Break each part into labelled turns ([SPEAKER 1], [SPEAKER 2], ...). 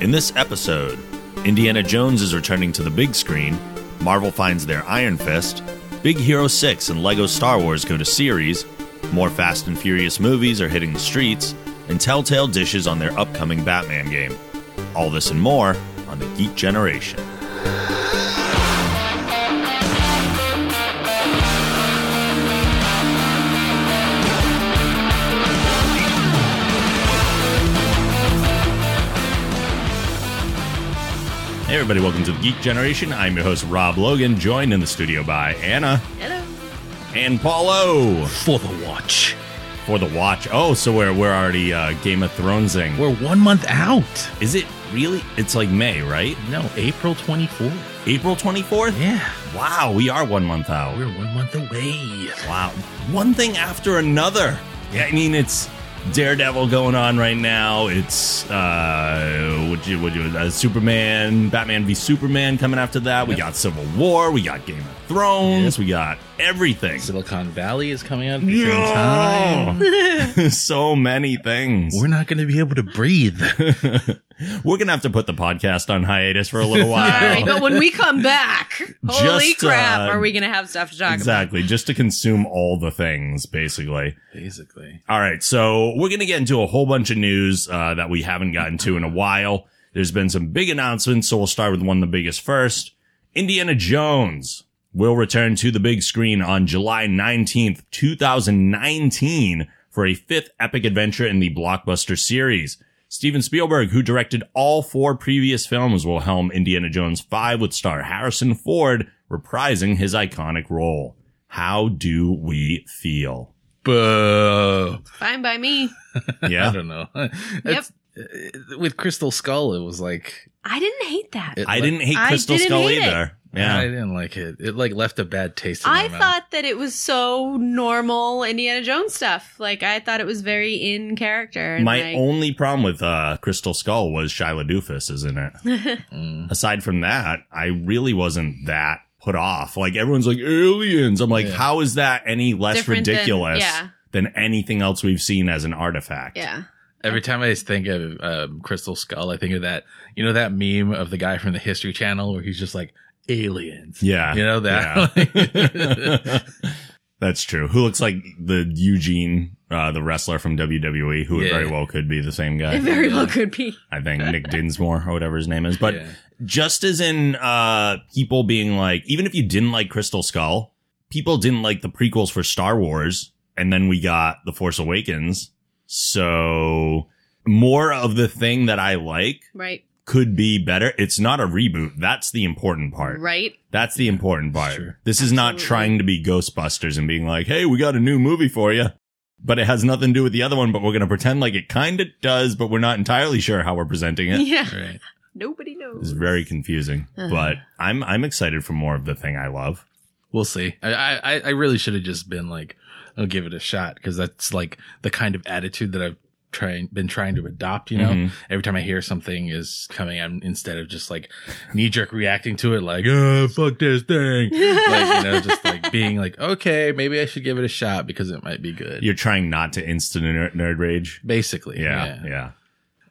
[SPEAKER 1] In this episode, Indiana Jones is returning to the big screen, Marvel finds their Iron Fist, Big Hero 6 and Lego Star Wars go to series, more Fast and Furious movies are hitting the streets, and Telltale dishes on their upcoming Batman game. All this and more on The Geek Generation. Hey, everybody, welcome to The Geek Generation. I'm your host, Rob Logan, joined in the studio by Anna.
[SPEAKER 2] Hello.
[SPEAKER 1] and Paulo
[SPEAKER 3] for the watch.
[SPEAKER 1] for the watch. Oh, so we're we're already uh, Game of Thronesing.
[SPEAKER 3] We're one month out.
[SPEAKER 1] Is it really? It's like May, right?
[SPEAKER 3] No, April 24th.
[SPEAKER 1] April twenty fourth.
[SPEAKER 3] Yeah,
[SPEAKER 1] Wow, we are one month out.
[SPEAKER 3] we're one month away.
[SPEAKER 1] Wow, one thing after another. Yeah, I mean it's Daredevil going on right now. It's uh, what you what you uh, Superman, Batman v Superman coming after that. We
[SPEAKER 3] Yep.
[SPEAKER 1] got Civil War. We got Game of Thrones.
[SPEAKER 3] Yep.
[SPEAKER 1] We got everything.
[SPEAKER 3] Silicon Valley is coming out at the same
[SPEAKER 1] Yeah.
[SPEAKER 3] time.
[SPEAKER 1] so many things.
[SPEAKER 3] We're not going to be able to breathe.
[SPEAKER 1] We're gonna have to put the podcast on hiatus for a little
[SPEAKER 2] Sorry,
[SPEAKER 1] while.
[SPEAKER 2] but when we come back, holy
[SPEAKER 1] Just,
[SPEAKER 2] crap,
[SPEAKER 1] uh,
[SPEAKER 2] are we going to have stuff to talk
[SPEAKER 1] exactly, just to consume all the things, basically.
[SPEAKER 3] Basically.
[SPEAKER 1] All right, so we're gonna get into a whole bunch of news uh, that we haven't gotten to in a while. There's been some big announcements, so we'll start with one of the biggest first. Indiana Jones will return to the big screen on July 19th, 2019 for a fifth epic adventure in the blockbuster series. Steven Spielberg, who directed all four previous films, will helm Indiana Jones 5 with star Harrison Ford reprising his iconic role. How do we feel?
[SPEAKER 3] Boo.
[SPEAKER 2] about. Fine by me.
[SPEAKER 1] Yeah.
[SPEAKER 3] I don't know. It's- uh, With Crystal Skull, it was like
[SPEAKER 2] I didn't hate that.
[SPEAKER 3] it
[SPEAKER 1] I
[SPEAKER 3] le-
[SPEAKER 1] didn't hate
[SPEAKER 2] I
[SPEAKER 1] Crystal
[SPEAKER 2] didn't
[SPEAKER 1] Skull
[SPEAKER 2] hate it.
[SPEAKER 1] either.
[SPEAKER 3] I
[SPEAKER 1] Yeah.
[SPEAKER 3] didn't like it. It like left a bad taste. In
[SPEAKER 2] I
[SPEAKER 3] my mouth.
[SPEAKER 2] thought that it was so normal Indiana Jones stuff. Like I thought it was very in character. and,
[SPEAKER 1] My
[SPEAKER 2] like,
[SPEAKER 1] only problem with uh, Crystal Skull was Shia Doofus, isn't it?
[SPEAKER 3] Mm.
[SPEAKER 1] Aside from that, I really wasn't that put off. Like everyone's like aliens. I'm like,
[SPEAKER 3] Yeah.
[SPEAKER 1] how is that any less
[SPEAKER 2] Different than-
[SPEAKER 1] ridiculous than,
[SPEAKER 2] yeah.
[SPEAKER 1] anything else we've seen as an artifact?
[SPEAKER 2] yeah.
[SPEAKER 3] Every time I think of um, Crystal Skull, I think of that. You know that meme of the guy from the History Channel where he's just like aliens.
[SPEAKER 1] Yeah.
[SPEAKER 3] You know that.
[SPEAKER 1] Yeah. That's true. Who looks like the Eugene, uh, the wrestler from WWE, who
[SPEAKER 3] Yeah.
[SPEAKER 1] very well could be the same
[SPEAKER 2] It
[SPEAKER 1] guy.
[SPEAKER 2] very well could be.
[SPEAKER 1] I think Nick Dinsmore or whatever his name is. But
[SPEAKER 3] Yeah.
[SPEAKER 1] just as in uh people being like even if you didn't like crystal skull people didn't like the prequels for star wars and then we got the force awakens so more of the thing that i like
[SPEAKER 2] Right.
[SPEAKER 1] could be better it's not a reboot that's the important part
[SPEAKER 2] Right.
[SPEAKER 1] that's the important part
[SPEAKER 3] Sure.
[SPEAKER 1] this is not
[SPEAKER 2] Absolutely.
[SPEAKER 1] trying to be ghostbusters and being like hey we got a new movie for you but it has nothing to do with the other one but we're going to pretend like it kind of does but we're not entirely sure how we're presenting
[SPEAKER 2] Yeah.
[SPEAKER 1] it
[SPEAKER 3] right.
[SPEAKER 2] Nobody
[SPEAKER 1] it's
[SPEAKER 2] knows.
[SPEAKER 1] very confusing,
[SPEAKER 2] Uh-huh.
[SPEAKER 1] but I'm I'm excited for more of the thing I love.
[SPEAKER 3] We'll see. I I, I really should have just been like, I'll give it a shot because that's like the kind of attitude that I've trying been trying to adopt. You know,
[SPEAKER 1] Mhm.
[SPEAKER 3] every time I hear something is coming, I'm instead of just like knee jerk reacting to it, like oh, fuck this thing, like you know, just like being like, okay, maybe I should give it a shot because it might be good.
[SPEAKER 1] You're trying not to instant nerd, nerd rage.
[SPEAKER 3] Basically,
[SPEAKER 1] Yeah, yeah.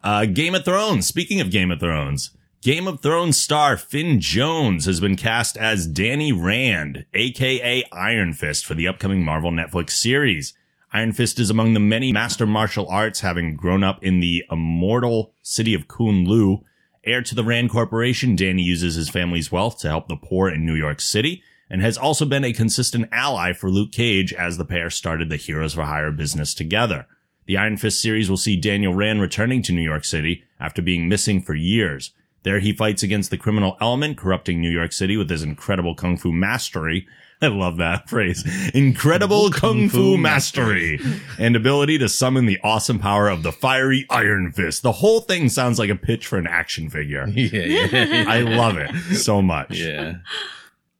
[SPEAKER 1] Uh, Game of Thrones. Speaking of Game of Thrones, Game of Thrones star Finn Jones has been cast as Danny Rand, aka Iron Fist, for the upcoming Marvel Netflix series. Iron Fist is among the many master martial arts, having grown up in the immortal city of Kunlu. Heir to the Rand Corporation, Danny uses his family's wealth to help the poor in New York City and has also been a consistent ally for Luke Cage as the pair started the Heroes for Hire business together. The Iron Fist series will see Daniel Rand returning to New York City after being missing for years. There he fights against the criminal element corrupting New York City with his incredible kung fu mastery. I love that phrase. Incredible kung, fu mastery and ability to summon the awesome power of the fiery Iron Fist. The whole thing sounds like a pitch for an action figure.
[SPEAKER 3] yeah, yeah,
[SPEAKER 1] I love it so much.
[SPEAKER 3] yeah.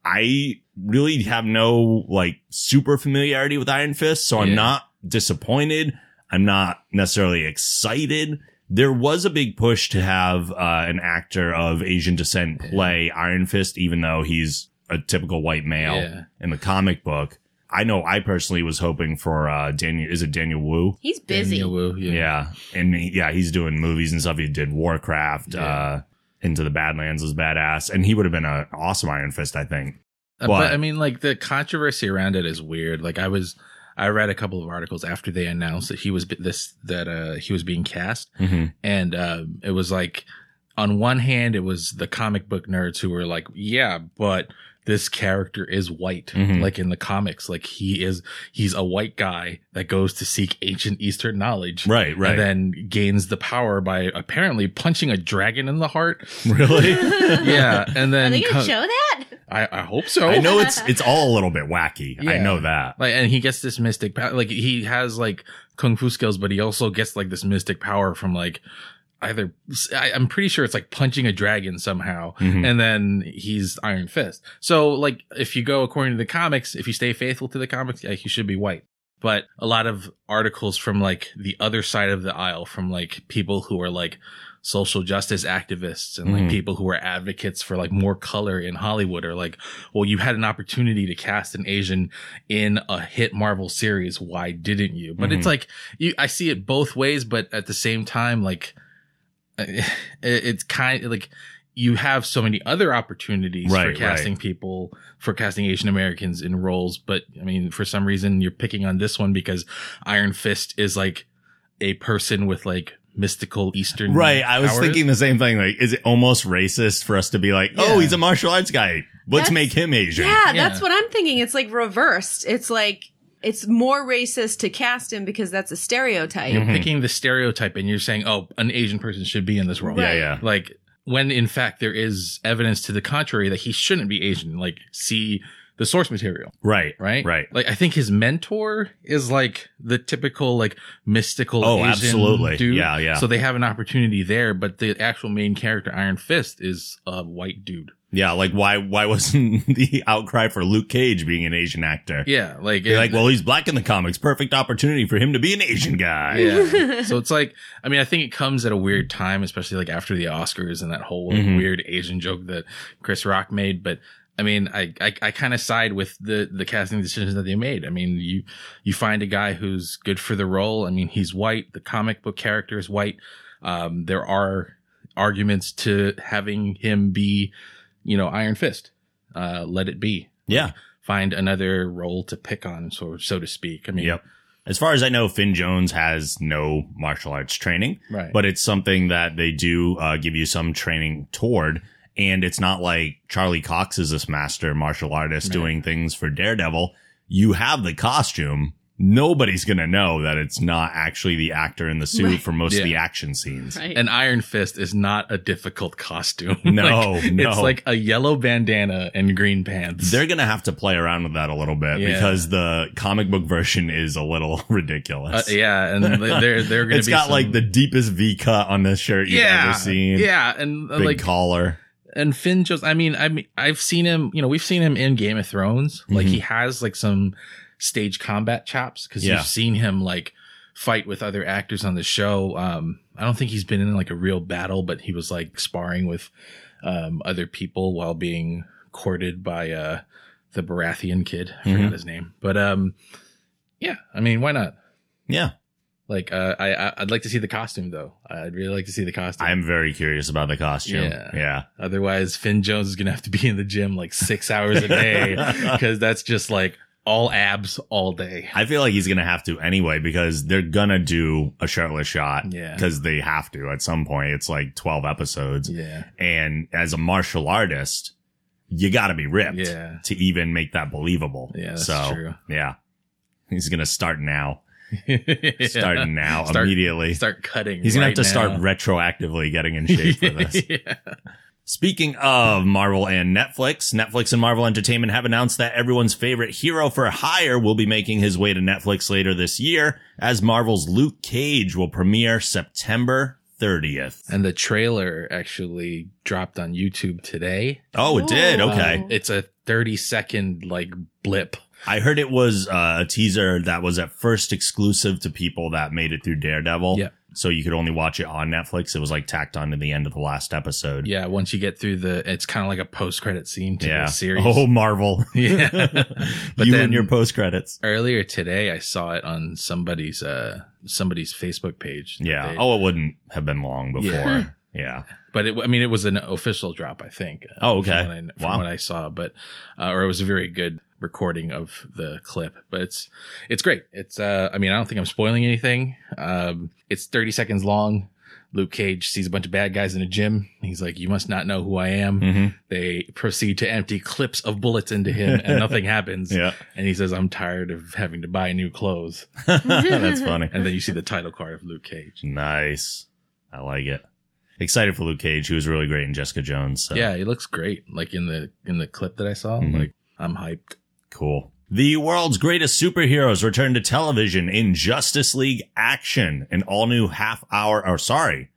[SPEAKER 1] I really have no like super familiarity with Iron Fist, so I'm
[SPEAKER 3] Yeah.
[SPEAKER 1] not disappointed. I'm not necessarily excited. There was a big push to have uh, an actor of Asian descent play Iron Fist, even though he's a typical white male
[SPEAKER 3] Yeah.
[SPEAKER 1] in the comic book. I know I personally was hoping for uh Daniel is it Daniel Wu?
[SPEAKER 2] He's busy.
[SPEAKER 3] Daniel Wu,
[SPEAKER 1] Yeah. And he- yeah, he's doing movies and stuff. He did Warcraft,
[SPEAKER 3] Yeah.
[SPEAKER 1] uh Into the Badlands was badass. And he would have been an awesome Iron Fist, I think. But-
[SPEAKER 3] Uh, But I mean, like the controversy around it is weird. Like I was, I read a couple of articles after they announced that he was b- this that uh he was being cast,
[SPEAKER 1] Mhm.
[SPEAKER 3] and uh, it was like, on one hand, it was the comic book nerds who were like, yeah, but this character is white,
[SPEAKER 1] Mhm.
[SPEAKER 3] like in the comics, like he is he's a white guy that goes to seek ancient Eastern knowledge.
[SPEAKER 1] Right, right.
[SPEAKER 3] And then gains the power by apparently punching a dragon in the heart.
[SPEAKER 1] really?
[SPEAKER 3] Yeah, and
[SPEAKER 2] Are
[SPEAKER 3] then
[SPEAKER 2] they gonna
[SPEAKER 3] co-
[SPEAKER 2] show that?
[SPEAKER 3] I, I hope so.
[SPEAKER 1] I know it's it's all a little bit wacky. I
[SPEAKER 3] Yeah.
[SPEAKER 1] know that.
[SPEAKER 3] Like, and he gets this mystic power. Like, he has like kung fu skills, but he also gets like this mystic power from like either. I, I'm pretty sure it's like punching a dragon somehow,
[SPEAKER 1] Mhm.
[SPEAKER 3] and then he's Iron Fist. So, like, if you go according to the comics, if you stay faithful to the comics, like, he should be white. But a lot of articles from like the other side of the aisle, from like people who are like social justice activists and like
[SPEAKER 1] Mhm.
[SPEAKER 3] people who are advocates for like more color in Hollywood, are like, well, you had an opportunity to cast an Asian in a hit Marvel series. Why didn't you? But
[SPEAKER 1] Mhm.
[SPEAKER 3] it's like you, I see it both ways, but at the same time, like it, it's kind like you have so many other opportunities
[SPEAKER 1] Right,
[SPEAKER 3] for
[SPEAKER 1] right.
[SPEAKER 3] casting people for casting Asian Americans in roles, but I mean, for some reason, you're picking on this one because Iron Fist is like a person with like mystical Eastern
[SPEAKER 1] Right. I was
[SPEAKER 3] powers.
[SPEAKER 1] thinking the same thing. Like, is it almost racist for us to be like, oh,
[SPEAKER 3] Yeah.
[SPEAKER 1] he's a martial arts guy. Let's
[SPEAKER 2] That's-
[SPEAKER 1] make him Asian.
[SPEAKER 2] Yeah,
[SPEAKER 3] Yeah.
[SPEAKER 2] that's what I'm thinking. It's like reversed. It's like it's more racist to cast him because that's a stereotype.
[SPEAKER 1] Mhm.
[SPEAKER 3] picking the stereotype and you're saying, oh, an Asian person should be in this role.
[SPEAKER 1] Yeah, yeah.
[SPEAKER 3] Like when in fact there is evidence to the contrary that he shouldn't be Asian. Like see the source material,
[SPEAKER 1] Right.
[SPEAKER 3] right?
[SPEAKER 1] Right.
[SPEAKER 3] Like I think his mentor is like the typical like mystical
[SPEAKER 1] Oh,
[SPEAKER 3] Asian
[SPEAKER 1] absolutely.
[SPEAKER 3] dude.
[SPEAKER 1] Yeah, yeah.
[SPEAKER 3] So they have an opportunity there, but the actual main character Iron Fist is a white dude.
[SPEAKER 1] Yeah. Like, why, why wasn't the outcry for Luke Cage being an Asian actor?
[SPEAKER 3] Yeah, like
[SPEAKER 1] You're like, well, he's black in the comics. Perfect opportunity for him to be an Asian guy.
[SPEAKER 3] yeah. so it's like, I mean, I think it comes at a weird time, especially like after the Oscars and that whole like,
[SPEAKER 1] Mhm.
[SPEAKER 3] weird Asian joke that Chris Rock made. But I mean, I I, I kind of side with the the casting decisions that they made. I mean, you you find a guy who's good for the role. I mean, he's white. The comic book character is white. Um, there are arguments to having him be, you know, Iron Fist. Uh, let it be.
[SPEAKER 1] Yeah.
[SPEAKER 3] Find another role to pick on, so so to speak. I mean,
[SPEAKER 1] Yep. As far as I know, Finn Jones has no martial arts training.
[SPEAKER 3] right.
[SPEAKER 1] but it's something that they do uh, give you some training toward. And it's not like Charlie Cox is this master martial artist
[SPEAKER 3] Right.
[SPEAKER 1] doing things for Daredevil. You have the costume. Nobody's going to know that it's not actually the actor in the suit
[SPEAKER 2] Right.
[SPEAKER 1] for most of the
[SPEAKER 3] Yeah.
[SPEAKER 1] action scenes.
[SPEAKER 2] Right.
[SPEAKER 3] an iron fist is not a difficult costume.
[SPEAKER 1] No,
[SPEAKER 3] Like,
[SPEAKER 1] no.
[SPEAKER 3] It's like a yellow bandana and green pants.
[SPEAKER 1] They're going to have to play around with that a little bit
[SPEAKER 3] Yeah.
[SPEAKER 1] because the comic book version is a little
[SPEAKER 3] Uh,
[SPEAKER 1] ridiculous.
[SPEAKER 3] yeah, and they're they're gonna
[SPEAKER 1] it's
[SPEAKER 3] be
[SPEAKER 1] got
[SPEAKER 3] some-
[SPEAKER 1] like the deepest V cut on this shirt you've
[SPEAKER 3] yeah,
[SPEAKER 1] ever seen.
[SPEAKER 3] Yeah, and uh,
[SPEAKER 1] Big
[SPEAKER 3] like
[SPEAKER 1] collar.
[SPEAKER 3] and Finn just I mean I mean I've seen him, you know, we've seen him in Game of Thrones. Like he has like some stage combat chops cuz
[SPEAKER 1] Yeah.
[SPEAKER 3] you've seen him like fight with other actors on the show. Um I don't think he's been in like a real battle, but he was like sparring with um other people while being courted by uh the Baratheon kid. I
[SPEAKER 1] Mhm.
[SPEAKER 3] forgot his name. But um yeah, I mean, why not?
[SPEAKER 1] Yeah.
[SPEAKER 3] Like uh, I I- I'd like to see the costume though. I'd really like to see the costume.
[SPEAKER 1] I'm very curious about the costume.
[SPEAKER 3] Yeah.
[SPEAKER 1] yeah.
[SPEAKER 3] Otherwise, Finn Jones is going to have to be in the gym like six hours a day because that's just like all abs all day.
[SPEAKER 1] I feel like he's gonna have to anyway because they're gonna do a shirtless shot
[SPEAKER 3] Yeah.
[SPEAKER 1] because they have to at some point. It's like twelve episodes,
[SPEAKER 3] Yeah.
[SPEAKER 1] and as a martial artist, you gotta be ripped
[SPEAKER 3] Yeah.
[SPEAKER 1] to even make that believable.
[SPEAKER 3] Yeah. That's
[SPEAKER 1] so
[SPEAKER 3] true.
[SPEAKER 1] yeah, he's gonna start now,
[SPEAKER 3] Yeah.
[SPEAKER 1] starting now
[SPEAKER 3] Start-
[SPEAKER 1] immediately.
[SPEAKER 3] Start cutting.
[SPEAKER 1] he's gonna
[SPEAKER 3] right
[SPEAKER 1] have to
[SPEAKER 3] now.
[SPEAKER 1] start retroactively getting in shape for this.
[SPEAKER 3] yeah.
[SPEAKER 1] Speaking of Marvel and Netflix, Netflix and Marvel Entertainment have announced that everyone's favorite hero for hire will be making his way to Netflix later this year as Marvel's Luke Cage will premiere September 30th.
[SPEAKER 3] And the trailer actually dropped on YouTube today. Um,
[SPEAKER 1] Oh, it did.
[SPEAKER 2] Ooh.
[SPEAKER 1] Okay.
[SPEAKER 2] Wow.
[SPEAKER 3] It's a 30 second like blip.
[SPEAKER 1] I heard it was uh, a teaser that was at first exclusive to people that made it through Daredevil.
[SPEAKER 3] Yeah.
[SPEAKER 1] so you could only watch it on Netflix. It was like tacked on to the end of the last episode.
[SPEAKER 3] Yeah, once you get through the, it's kind of like a post credit scene to the series.
[SPEAKER 1] Oh, Marvel.
[SPEAKER 3] Yeah.
[SPEAKER 1] but
[SPEAKER 3] But
[SPEAKER 1] you
[SPEAKER 3] then-
[SPEAKER 1] and your post credits.
[SPEAKER 3] Earlier today, I saw it on somebody's uh somebody's Facebook page.
[SPEAKER 1] Yeah.
[SPEAKER 3] They-
[SPEAKER 1] oh, it wouldn't have been long before. Yeah.
[SPEAKER 3] Yeah. but it, I mean, it was an official drop, I think. uh,
[SPEAKER 1] Oh, okay.
[SPEAKER 3] From what I, from
[SPEAKER 1] Wow.
[SPEAKER 3] what I saw, but uh, or it was a very good recording of the clip. But it's it's great. It's uh, I mean, I don't think I'm spoiling anything. Um, it's 30 seconds long. Luke Cage sees a bunch of bad guys in a gym. He's like, "You must not know who I am."
[SPEAKER 1] Mhm.
[SPEAKER 3] They proceed to empty clips of bullets into him, and nothing happens.
[SPEAKER 1] Yeah.
[SPEAKER 3] And he says, "I'm tired of having to buy new clothes."
[SPEAKER 1] That's funny.
[SPEAKER 3] And then you see the title card of Luke Cage.
[SPEAKER 1] Nice. I like it. Excited for Luke Cage, who was really great in Jessica Jones. So.
[SPEAKER 3] Yeah, he looks great. Like in the in the clip that I saw,
[SPEAKER 1] Mhm.
[SPEAKER 3] like I'm hyped.
[SPEAKER 1] Cool. The world's greatest superheroes return to television in Justice League Action, an all new half hour, or sorry,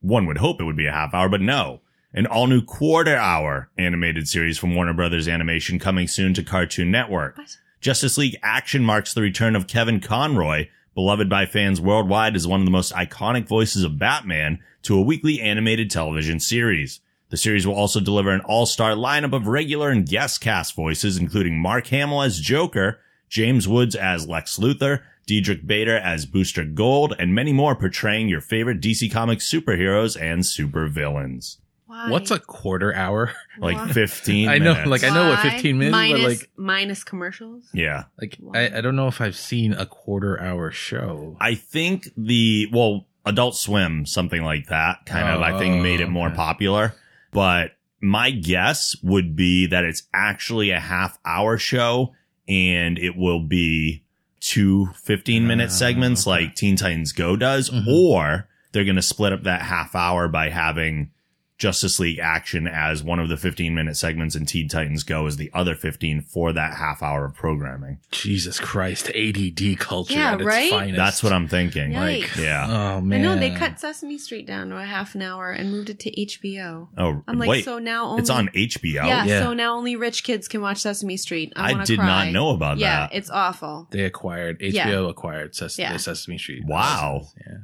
[SPEAKER 1] one would hope it would be a half hour, but no, an all new quarter hour animated series from Warner Brothers Animation coming soon to Cartoon Network.
[SPEAKER 2] What?
[SPEAKER 1] Justice League Action marks the return of Kevin Conroy, beloved by fans worldwide as one of the most iconic voices of Batman, to a weekly animated television series. The series will also deliver an all-star lineup of regular and guest cast voices, including Mark Hamill as Joker, James Woods as Lex Luthor, Diedrich Bader as Booster Gold, and many more portraying your favorite DC Comics superheroes and supervillains.
[SPEAKER 2] Why?
[SPEAKER 3] What's a quarter hour?
[SPEAKER 1] Like
[SPEAKER 2] Why?
[SPEAKER 1] 15
[SPEAKER 3] I know,
[SPEAKER 1] minutes.
[SPEAKER 3] like, I know what
[SPEAKER 2] Why?
[SPEAKER 3] 15 minutes, but
[SPEAKER 2] minus,
[SPEAKER 3] like-
[SPEAKER 2] minus commercials.
[SPEAKER 1] Yeah.
[SPEAKER 3] Like
[SPEAKER 2] Wow.
[SPEAKER 3] I, I don't know if I've seen a quarter hour show.
[SPEAKER 1] I think the well, Adult Swim, something like that, kind of I think
[SPEAKER 3] Oh,
[SPEAKER 1] made it more
[SPEAKER 3] okay.
[SPEAKER 1] popular. But my guess would be that it's actually a half hour show and it will be two 15 minute
[SPEAKER 3] Ah,
[SPEAKER 1] segments
[SPEAKER 3] okay.
[SPEAKER 1] like Teen Titans Go does,
[SPEAKER 3] Mhm.
[SPEAKER 1] or they're going to split up that half hour by having Justice League action as one of the 15 minute segments and Teen Titans Go as the other 15 for that half hour of programming.
[SPEAKER 3] Jesus Christ, ADD culture
[SPEAKER 2] Yeah,
[SPEAKER 3] at its
[SPEAKER 2] right?
[SPEAKER 3] finest.
[SPEAKER 1] That's what I'm thinking.
[SPEAKER 2] Yeah.
[SPEAKER 3] like.
[SPEAKER 2] Yikes.
[SPEAKER 1] Yeah.
[SPEAKER 3] Oh man,
[SPEAKER 2] I know they cut Sesame Street down to a half an hour and moved it to HBO.
[SPEAKER 1] Oh,
[SPEAKER 2] I'm like,
[SPEAKER 1] wait.
[SPEAKER 2] so now only
[SPEAKER 1] It's on HBO.
[SPEAKER 2] Yeah,
[SPEAKER 3] Yeah.
[SPEAKER 2] so now only rich kids can watch Sesame Street.
[SPEAKER 1] I
[SPEAKER 2] I, wanna
[SPEAKER 1] did
[SPEAKER 2] cry.
[SPEAKER 1] not know about
[SPEAKER 2] Yeah,
[SPEAKER 1] that.
[SPEAKER 2] it's awful
[SPEAKER 3] They acquired HBO.
[SPEAKER 2] Yeah.
[SPEAKER 3] Acquired Ses-
[SPEAKER 2] Yeah.
[SPEAKER 3] the Sesame Street.
[SPEAKER 1] Wow.
[SPEAKER 3] Yeah.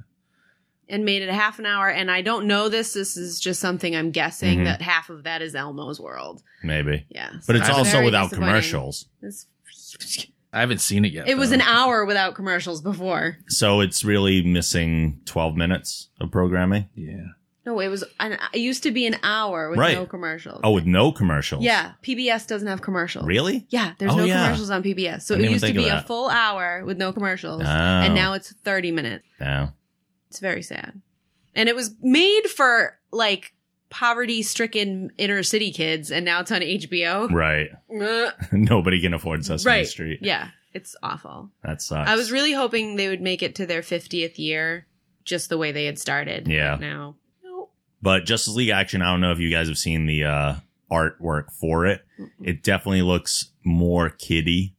[SPEAKER 2] and made it a half an hour. And I don't know this. This is just something I'm guessing
[SPEAKER 1] Mhm.
[SPEAKER 2] that half of that is Elmo's world.
[SPEAKER 1] Maybe.
[SPEAKER 2] Yeah, so
[SPEAKER 1] But it's
[SPEAKER 2] that's
[SPEAKER 1] also
[SPEAKER 2] very
[SPEAKER 1] without
[SPEAKER 2] disappointing.
[SPEAKER 1] commercials.
[SPEAKER 2] It's-
[SPEAKER 3] I haven't seen it yet.
[SPEAKER 2] it was
[SPEAKER 3] though.
[SPEAKER 2] an hour without commercials before.
[SPEAKER 1] So it's really missing 12 minutes of programming.
[SPEAKER 3] Yeah.
[SPEAKER 2] No, it was. An, it used to be an hour with
[SPEAKER 1] Right.
[SPEAKER 2] no commercials.
[SPEAKER 1] Oh, with no commercials.
[SPEAKER 2] yeah, PBS doesn't have commercials.
[SPEAKER 1] Really?
[SPEAKER 2] Yeah, there's
[SPEAKER 1] Oh,
[SPEAKER 2] no
[SPEAKER 1] yeah.
[SPEAKER 2] commercials on PBS. So
[SPEAKER 1] I didn't
[SPEAKER 2] it
[SPEAKER 1] even
[SPEAKER 2] used to
[SPEAKER 1] think of
[SPEAKER 2] be a
[SPEAKER 1] that.
[SPEAKER 2] full hour with no commercials,
[SPEAKER 1] Oh.
[SPEAKER 2] and now it's 30 minutes.
[SPEAKER 1] No.
[SPEAKER 2] It's very sad. And it was made for like poverty stricken inner city kids, and now it's on HBO.
[SPEAKER 1] Right.
[SPEAKER 2] Ugh.
[SPEAKER 1] Nobody can afford Sesame
[SPEAKER 2] Right.
[SPEAKER 1] Street.
[SPEAKER 2] Yeah, it's awful.
[SPEAKER 1] That sucks.
[SPEAKER 2] I was really hoping they would make it to their 50th year just the way they had started.
[SPEAKER 1] Yeah.
[SPEAKER 2] But Now, nope.
[SPEAKER 1] but Justice League Action, I don't know if you guys have seen the uh, artwork for it. It definitely looks more kiddie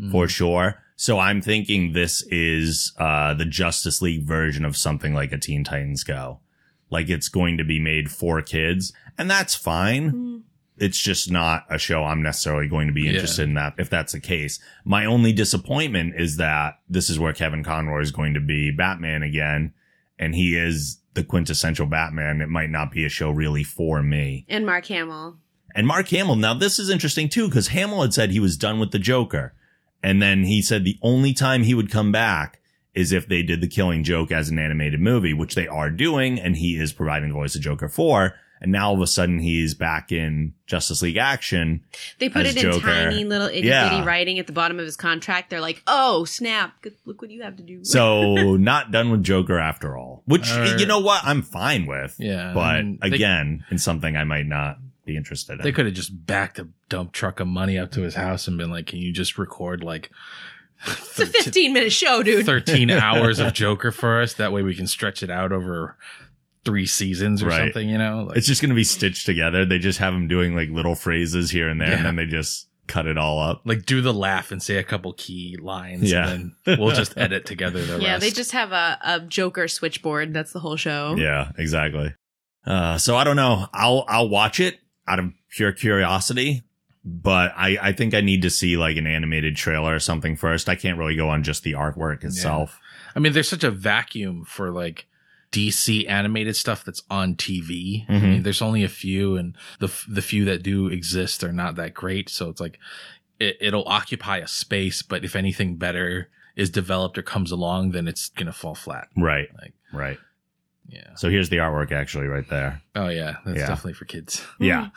[SPEAKER 3] Mm.
[SPEAKER 1] for sure. So I'm thinking this is uh, the Justice League version of something like a Teen Titans Go. Like it's going to be made for kids, and that's fine.
[SPEAKER 2] Mm.
[SPEAKER 1] It's just not a show I'm necessarily going to be
[SPEAKER 3] Yeah.
[SPEAKER 1] interested in that if that's the case. My only disappointment is that this is where Kevin Conroy is going to be Batman again, and he is the quintessential Batman. It might not be a show really for me.
[SPEAKER 2] And Mark Hamill.
[SPEAKER 1] And Mark Hamill, now this is interesting too, because Hamill had said he was done with the Joker. And then he said the only time he would come back is if they did the killing joke as an animated movie, which they are doing. And he is providing the voice of Joker for. And now all of a sudden he's back in Justice League action.
[SPEAKER 2] They put
[SPEAKER 1] As
[SPEAKER 2] it in
[SPEAKER 1] Joker.
[SPEAKER 2] tiny little itty
[SPEAKER 1] Yeah.
[SPEAKER 2] bitty writing at the bottom of his contract. They're like, oh, snap. Good- Look what you have to do.
[SPEAKER 1] So not done with Joker after all, which
[SPEAKER 3] Alright.
[SPEAKER 1] you know what? I'm fine with.
[SPEAKER 3] Yeah.
[SPEAKER 1] But
[SPEAKER 3] I mean, they-
[SPEAKER 1] again, it's something I might not be interested in.
[SPEAKER 3] They could have just backed a dump truck of money up to his house and been like, "Can you just record like
[SPEAKER 2] it's a 15 minute show, dude.
[SPEAKER 3] 13 hours of Joker for us? That way we can stretch it out over three seasons or
[SPEAKER 1] Right.
[SPEAKER 3] something." You know, like,
[SPEAKER 1] It's just going to be stitched together. They just have him doing like little phrases here and there, and
[SPEAKER 3] Yeah.
[SPEAKER 1] then they just cut it all up.
[SPEAKER 3] like do the laugh and say a couple key lines.
[SPEAKER 1] Yeah.
[SPEAKER 3] and then we'll just edit together the
[SPEAKER 2] Yeah,
[SPEAKER 3] rest.
[SPEAKER 2] they just have a, a Joker switchboard. That's the whole show.
[SPEAKER 1] Yeah, exactly. Uh, so I don't know. I'll I'll watch it out of pure curiosity, but I I think I need to see like an animated trailer or something first. I can't really go on just the artwork itself.
[SPEAKER 3] I mean, there's such a vacuum for like DC animated stuff that's on TV. I
[SPEAKER 1] Mhm.
[SPEAKER 3] mean, there's only a few, and the f- the few that do exist are not that great. So it's like it, it'll occupy a space, but if anything better is developed or comes along, then it's gonna fall flat.
[SPEAKER 1] Right.
[SPEAKER 3] Like,
[SPEAKER 1] Right.
[SPEAKER 3] yeah.
[SPEAKER 1] So here's the artwork actually right there.
[SPEAKER 3] Oh yeah, that's
[SPEAKER 1] Yeah.
[SPEAKER 3] definitely for kids.
[SPEAKER 2] Oh.
[SPEAKER 1] Yeah.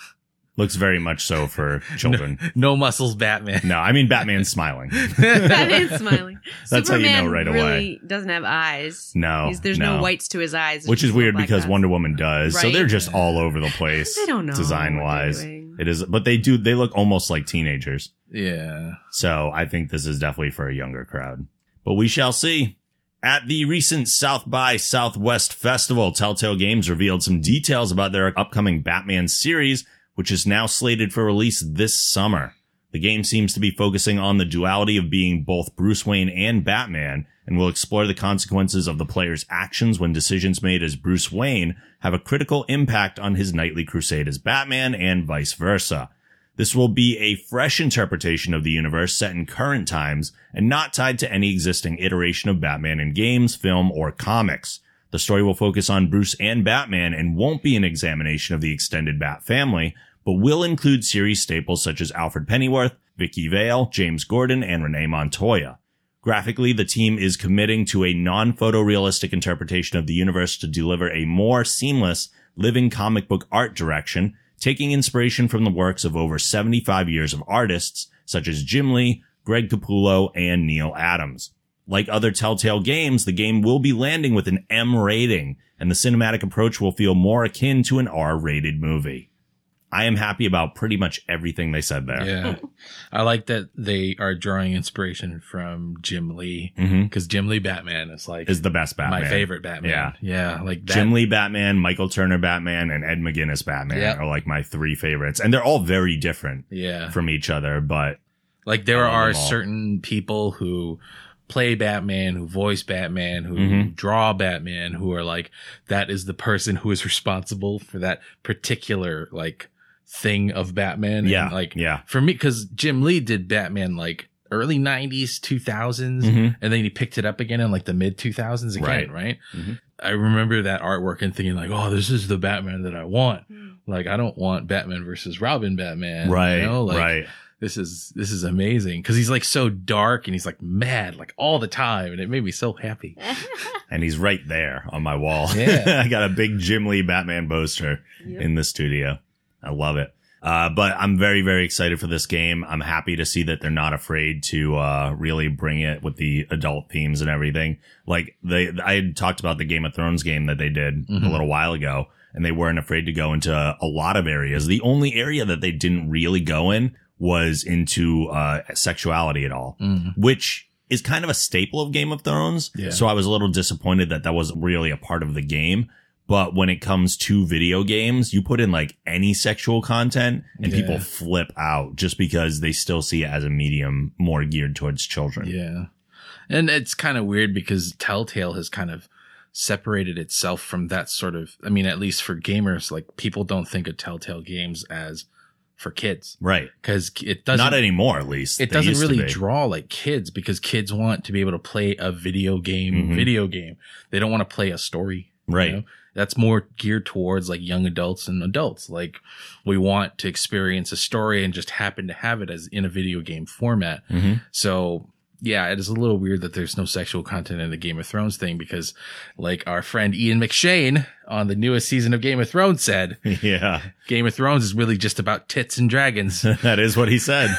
[SPEAKER 1] Looks very much so for children.
[SPEAKER 3] No muscles, Batman.
[SPEAKER 1] no, I mean Batman's smiling.
[SPEAKER 2] Batman's smiling.
[SPEAKER 1] That's how you
[SPEAKER 2] Superman
[SPEAKER 1] know right
[SPEAKER 2] really
[SPEAKER 1] away.
[SPEAKER 2] Doesn't have eyes.
[SPEAKER 1] No.
[SPEAKER 2] He's- there's no. whites to his eyes,
[SPEAKER 1] Which is
[SPEAKER 2] just
[SPEAKER 1] weird
[SPEAKER 2] black
[SPEAKER 1] because
[SPEAKER 2] dots.
[SPEAKER 1] Wonder Woman does. So
[SPEAKER 2] Right?
[SPEAKER 1] they're just all over the place.
[SPEAKER 2] They don't know
[SPEAKER 1] Design
[SPEAKER 2] what they're
[SPEAKER 1] wise.
[SPEAKER 2] doing.
[SPEAKER 1] It is but they do they look almost like teenagers.
[SPEAKER 3] yeah.
[SPEAKER 1] So I think this is definitely for a younger crowd. But we shall see. At the recent South by Southwest Festival, Telltale Games revealed some details about their upcoming Batman series, which is now slated for release this summer. The game seems to be focusing on the duality of being both Bruce Wayne and Batman and will explore the consequences of the player's actions when decisions made as Bruce Wayne have a critical impact on his nightly crusade as Batman and vice versa. This will be a fresh interpretation of the universe set in current times and not tied to any existing iteration of Batman in games, film, or comics. The story will focus on Bruce and Batman and won't be an examination of the extended Bat family, but will include series staples such as Alfred Pennyworth, Vicky Vale, James Gordon, and Renee Montoya. Graphically, the team is committing to a non-photorealistic interpretation of the universe to deliver a more seamless, living comic book art direction, taking inspiration from the works of over 75 years of artists such as Jim Lee, Greg Capullo, and Neil Adams. Like other Telltale games, the game will be landing with an M rating, and the cinematic approach will feel more akin to an R-rated movie. I am happy about pretty much everything they said there.
[SPEAKER 3] Yeah. I like that they are drawing inspiration from Jim Lee
[SPEAKER 1] hmm
[SPEAKER 3] because Jim Lee Batman is like
[SPEAKER 1] Is the best Batman.
[SPEAKER 3] my favorite Batman.
[SPEAKER 1] Yeah.
[SPEAKER 3] Yeah. Like that.
[SPEAKER 1] Jim Lee Batman, Michael Turner Batman, and Ed McGuinness Batman
[SPEAKER 3] Yep.
[SPEAKER 1] are like my three favorites. And they're all very different
[SPEAKER 3] Yeah.
[SPEAKER 1] from each other, but
[SPEAKER 3] Like
[SPEAKER 1] I
[SPEAKER 3] there
[SPEAKER 1] love
[SPEAKER 3] are
[SPEAKER 1] them all.
[SPEAKER 3] certain people who play Batman, who voice Batman, who
[SPEAKER 1] Mhm.
[SPEAKER 3] draw Batman, who are like, that is the person who is responsible for that particular like thing of Batman. And,
[SPEAKER 1] yeah,
[SPEAKER 3] like
[SPEAKER 1] yeah.
[SPEAKER 3] for me, because Jim Lee did Batman like early 90s, 2000s.
[SPEAKER 1] Mhm.
[SPEAKER 3] and then he picked it up again in like the mid 2000s
[SPEAKER 1] Right.
[SPEAKER 3] again, right?
[SPEAKER 1] Mhm.
[SPEAKER 3] I remember that artwork and thinking like, "Oh, this is the Batman that I want." Like, I don't want Batman versus Robin Batman, you
[SPEAKER 1] Right,
[SPEAKER 3] know? Like,
[SPEAKER 1] right.
[SPEAKER 3] This is this is amazing because he's like so dark and he's like mad like all the time, and it made me so happy.
[SPEAKER 1] And he's right there on my wall.
[SPEAKER 3] Yeah.
[SPEAKER 1] I got a big Jim Lee Batman poster
[SPEAKER 2] Yep.
[SPEAKER 1] in the studio. I love it. Uh, but I'm very, very excited for this game. I'm happy to see that they're not afraid to uh, really bring it with the adult themes and everything. Like they, I had talked about the Game of Thrones game that they did a
[SPEAKER 3] Mhm.
[SPEAKER 1] little while ago, and they weren't afraid to go into a lot of areas. The only area that they didn't really go in was into uh, sexuality at all
[SPEAKER 3] Mm.
[SPEAKER 1] which is kind of a staple of Game of Thrones.
[SPEAKER 3] Yeah.
[SPEAKER 1] So I was a little disappointed that that wasn't really a part of the game. But when it comes to video games, you put in like any sexual content and
[SPEAKER 3] Yeah.
[SPEAKER 1] people flip out just because they still see it as a medium more geared towards children.
[SPEAKER 3] Yeah, and it's kind of weird because Telltale has kind of separated itself from that sort of. I mean, at least for gamers, like people don't think of Telltale games as for kids
[SPEAKER 1] Right.
[SPEAKER 3] because it doesn't
[SPEAKER 1] Not anymore, at least.
[SPEAKER 3] it
[SPEAKER 1] They
[SPEAKER 3] doesn't
[SPEAKER 1] used to
[SPEAKER 3] really
[SPEAKER 1] be.
[SPEAKER 3] draw like kids because kids want to be able to play a video game
[SPEAKER 1] Mhm.
[SPEAKER 3] video game they don't want to play a story you
[SPEAKER 1] Right.
[SPEAKER 3] know? that's more geared towards like young adults and adults like we want to experience a story and just happen to have it as in a video game format
[SPEAKER 1] Mhm.
[SPEAKER 3] so yeah, it is a little weird that there's no sexual content in the Game of Thrones thing because, like our friend Ian McShane on the newest season of Game of Thrones said,
[SPEAKER 1] Mm-hmm. Yeah.
[SPEAKER 3] Game of Thrones is really just about tits and dragons.
[SPEAKER 1] that is what he said.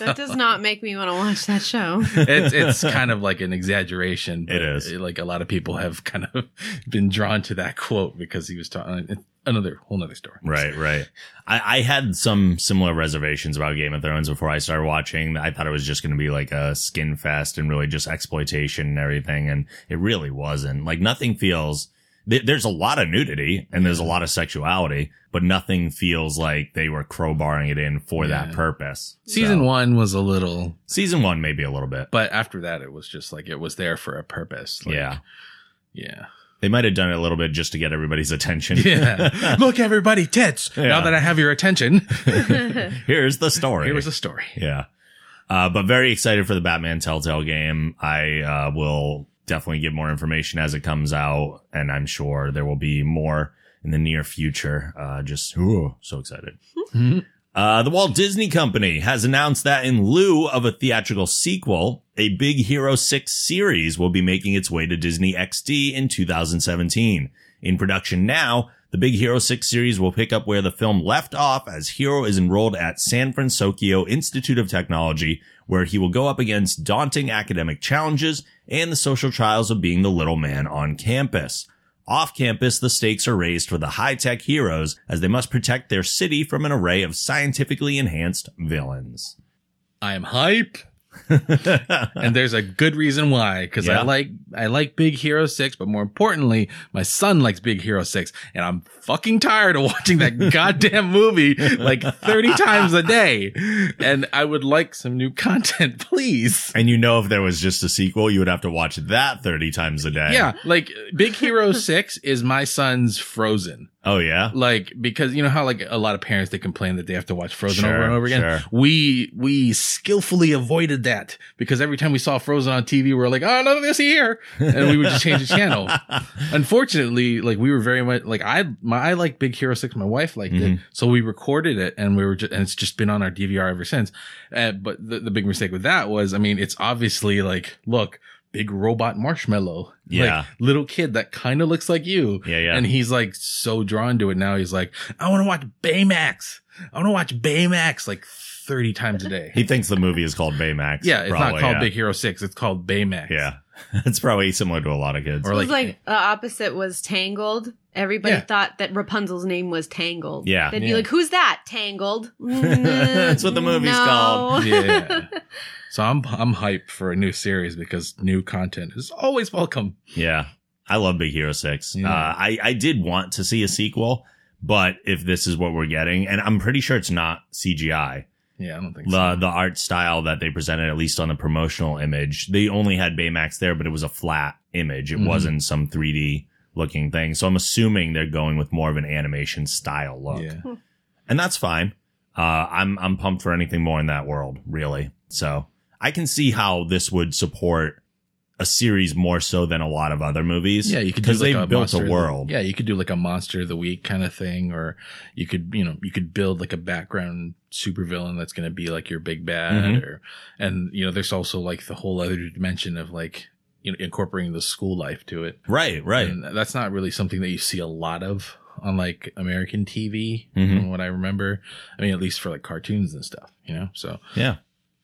[SPEAKER 2] That does not make me want to watch that show.
[SPEAKER 3] it's it's kind of like an exaggeration.
[SPEAKER 1] It is.
[SPEAKER 3] Like a lot of people have kind of been drawn to that quote because he was talking another whole nother story.
[SPEAKER 1] Right, right. I, I had some similar reservations about Game of Thrones before I started watching. I thought it was just going to be like a skin fest and really just exploitation and everything. And it really wasn't. Like nothing feels, th- there's a lot of nudity and there's a lot of sexuality, but nothing feels like they were crowbarring it in for that
[SPEAKER 3] Yeah.
[SPEAKER 1] purpose.
[SPEAKER 3] Season
[SPEAKER 1] So-
[SPEAKER 3] one was a little,
[SPEAKER 1] Season one, maybe a little bit.
[SPEAKER 3] but after that, it was just like it was there for a purpose. Like,
[SPEAKER 1] Yeah.
[SPEAKER 3] yeah.
[SPEAKER 1] They might have done it a little bit just to get everybody's attention.
[SPEAKER 3] Yeah. Look, everybody, tits.
[SPEAKER 1] Yeah.
[SPEAKER 3] Now that I have your attention,
[SPEAKER 1] Here's the story.
[SPEAKER 3] here's a story.
[SPEAKER 1] Yeah. Uh, but very excited for the Batman Telltale game. I uh, will definitely give more information as it comes out, and I'm sure there will be more in the near future. Uh, just ooh, so excited. Uh, the Walt Disney Company has announced that in lieu of a theatrical sequel, a Big Hero 6 series will be making its way to Disney XD in 2017. In production now, the Big Hero 6 series will pick up where the film left off as Hero is enrolled at San Francisco Institute of Technology, where he will go up against daunting academic challenges and the social trials of being the little man on campus. Off campus, the stakes are raised for the high tech heroes as they must protect their city from an array of scientifically enhanced villains.
[SPEAKER 3] I am hype.
[SPEAKER 1] yeah,
[SPEAKER 3] and there's a good reason why because
[SPEAKER 1] Yeah.
[SPEAKER 3] i like i like big hero 6 but more importantly my son likes big hero 6 and i'm fucking tired of watching that goddamn movie like 30 times a day and i would like some new content please
[SPEAKER 1] and you know, if there was just a sequel, you would have to watch that 30 times a day.
[SPEAKER 3] yeah like big hero 6 is my son's frozen
[SPEAKER 1] Oh, yeah.
[SPEAKER 3] like because you know how like a lot of parents they complain that they have to watch Frozen
[SPEAKER 1] Sure,
[SPEAKER 3] over and over again.
[SPEAKER 1] sure.
[SPEAKER 3] We we skillfully avoided that because every time we saw Frozen on TV, we were like, oh, another this here, and we would just change the channel. Unfortunately, like we were very much like I my I like Big Hero Six. My wife liked
[SPEAKER 1] Mm-hmm.
[SPEAKER 3] it, so we recorded it, and we were just, and it's just been on our DVR ever since. Uh, but the, the big mistake with that was, I mean, it's obviously like look. Big robot marshmallow.
[SPEAKER 1] Yeah.
[SPEAKER 3] Like, little kid that kind of looks like you.
[SPEAKER 1] Yeah, yeah.
[SPEAKER 3] And he's like so drawn to it now. He's like, I want to watch Baymax. I want to watch Baymax like 30 times a day.
[SPEAKER 1] He thinks the movie is called Baymax.
[SPEAKER 3] yeah, it's
[SPEAKER 1] probably,
[SPEAKER 3] not called
[SPEAKER 1] yeah.
[SPEAKER 3] Big Hero 6. It's called Baymax.
[SPEAKER 1] Yeah. It's probably similar to a lot of kids.
[SPEAKER 3] Or
[SPEAKER 2] It
[SPEAKER 3] like, eh,
[SPEAKER 2] was like the opposite was Tangled. Everybody
[SPEAKER 3] Yeah.
[SPEAKER 2] thought that Rapunzel's name was Tangled.
[SPEAKER 1] Yeah.
[SPEAKER 2] They'd be
[SPEAKER 3] Yeah.
[SPEAKER 2] like, who's that? Tangled. Mm,
[SPEAKER 1] That's what the movie's called.
[SPEAKER 3] yeah. So I'm I'm hyped for a new series because new content is always welcome.
[SPEAKER 1] Yeah. I love Big Hero 6.
[SPEAKER 3] Yeah.
[SPEAKER 1] Uh, I, I did want to see a sequel, but if this is what we're getting, and I'm pretty sure it's not CGI,
[SPEAKER 3] Yeah, I don't think so.
[SPEAKER 1] the, the art style that they presented, at least on the promotional image, they only had Baymax there, but it was a flat image. It
[SPEAKER 3] Mhm.
[SPEAKER 1] wasn't some 3D looking thing. So I'm assuming they're going with more of an animation style look.
[SPEAKER 3] Yeah.
[SPEAKER 1] And that's fine. Uh, I'm, I'm pumped for anything more in that world, really. So I can see how this would support a series more so than a lot of other movies.
[SPEAKER 3] Yeah, you could do
[SPEAKER 1] because
[SPEAKER 3] like
[SPEAKER 1] they've built
[SPEAKER 3] monster
[SPEAKER 1] a
[SPEAKER 3] of the-
[SPEAKER 1] world.
[SPEAKER 3] yeah, you could do like a monster of the week kind of thing, or you could you know you could build like a background supervillain that's going to be like your big bad,
[SPEAKER 1] Mhm.
[SPEAKER 3] or and you know there's also like the whole other dimension of like you know incorporating the school life to it.
[SPEAKER 1] Right, right.
[SPEAKER 3] And that's not really something that you see a lot of on like American TV,
[SPEAKER 1] Mhm.
[SPEAKER 3] from what I remember. I mean, at least for like cartoons and stuff, you know. So
[SPEAKER 1] Yeah.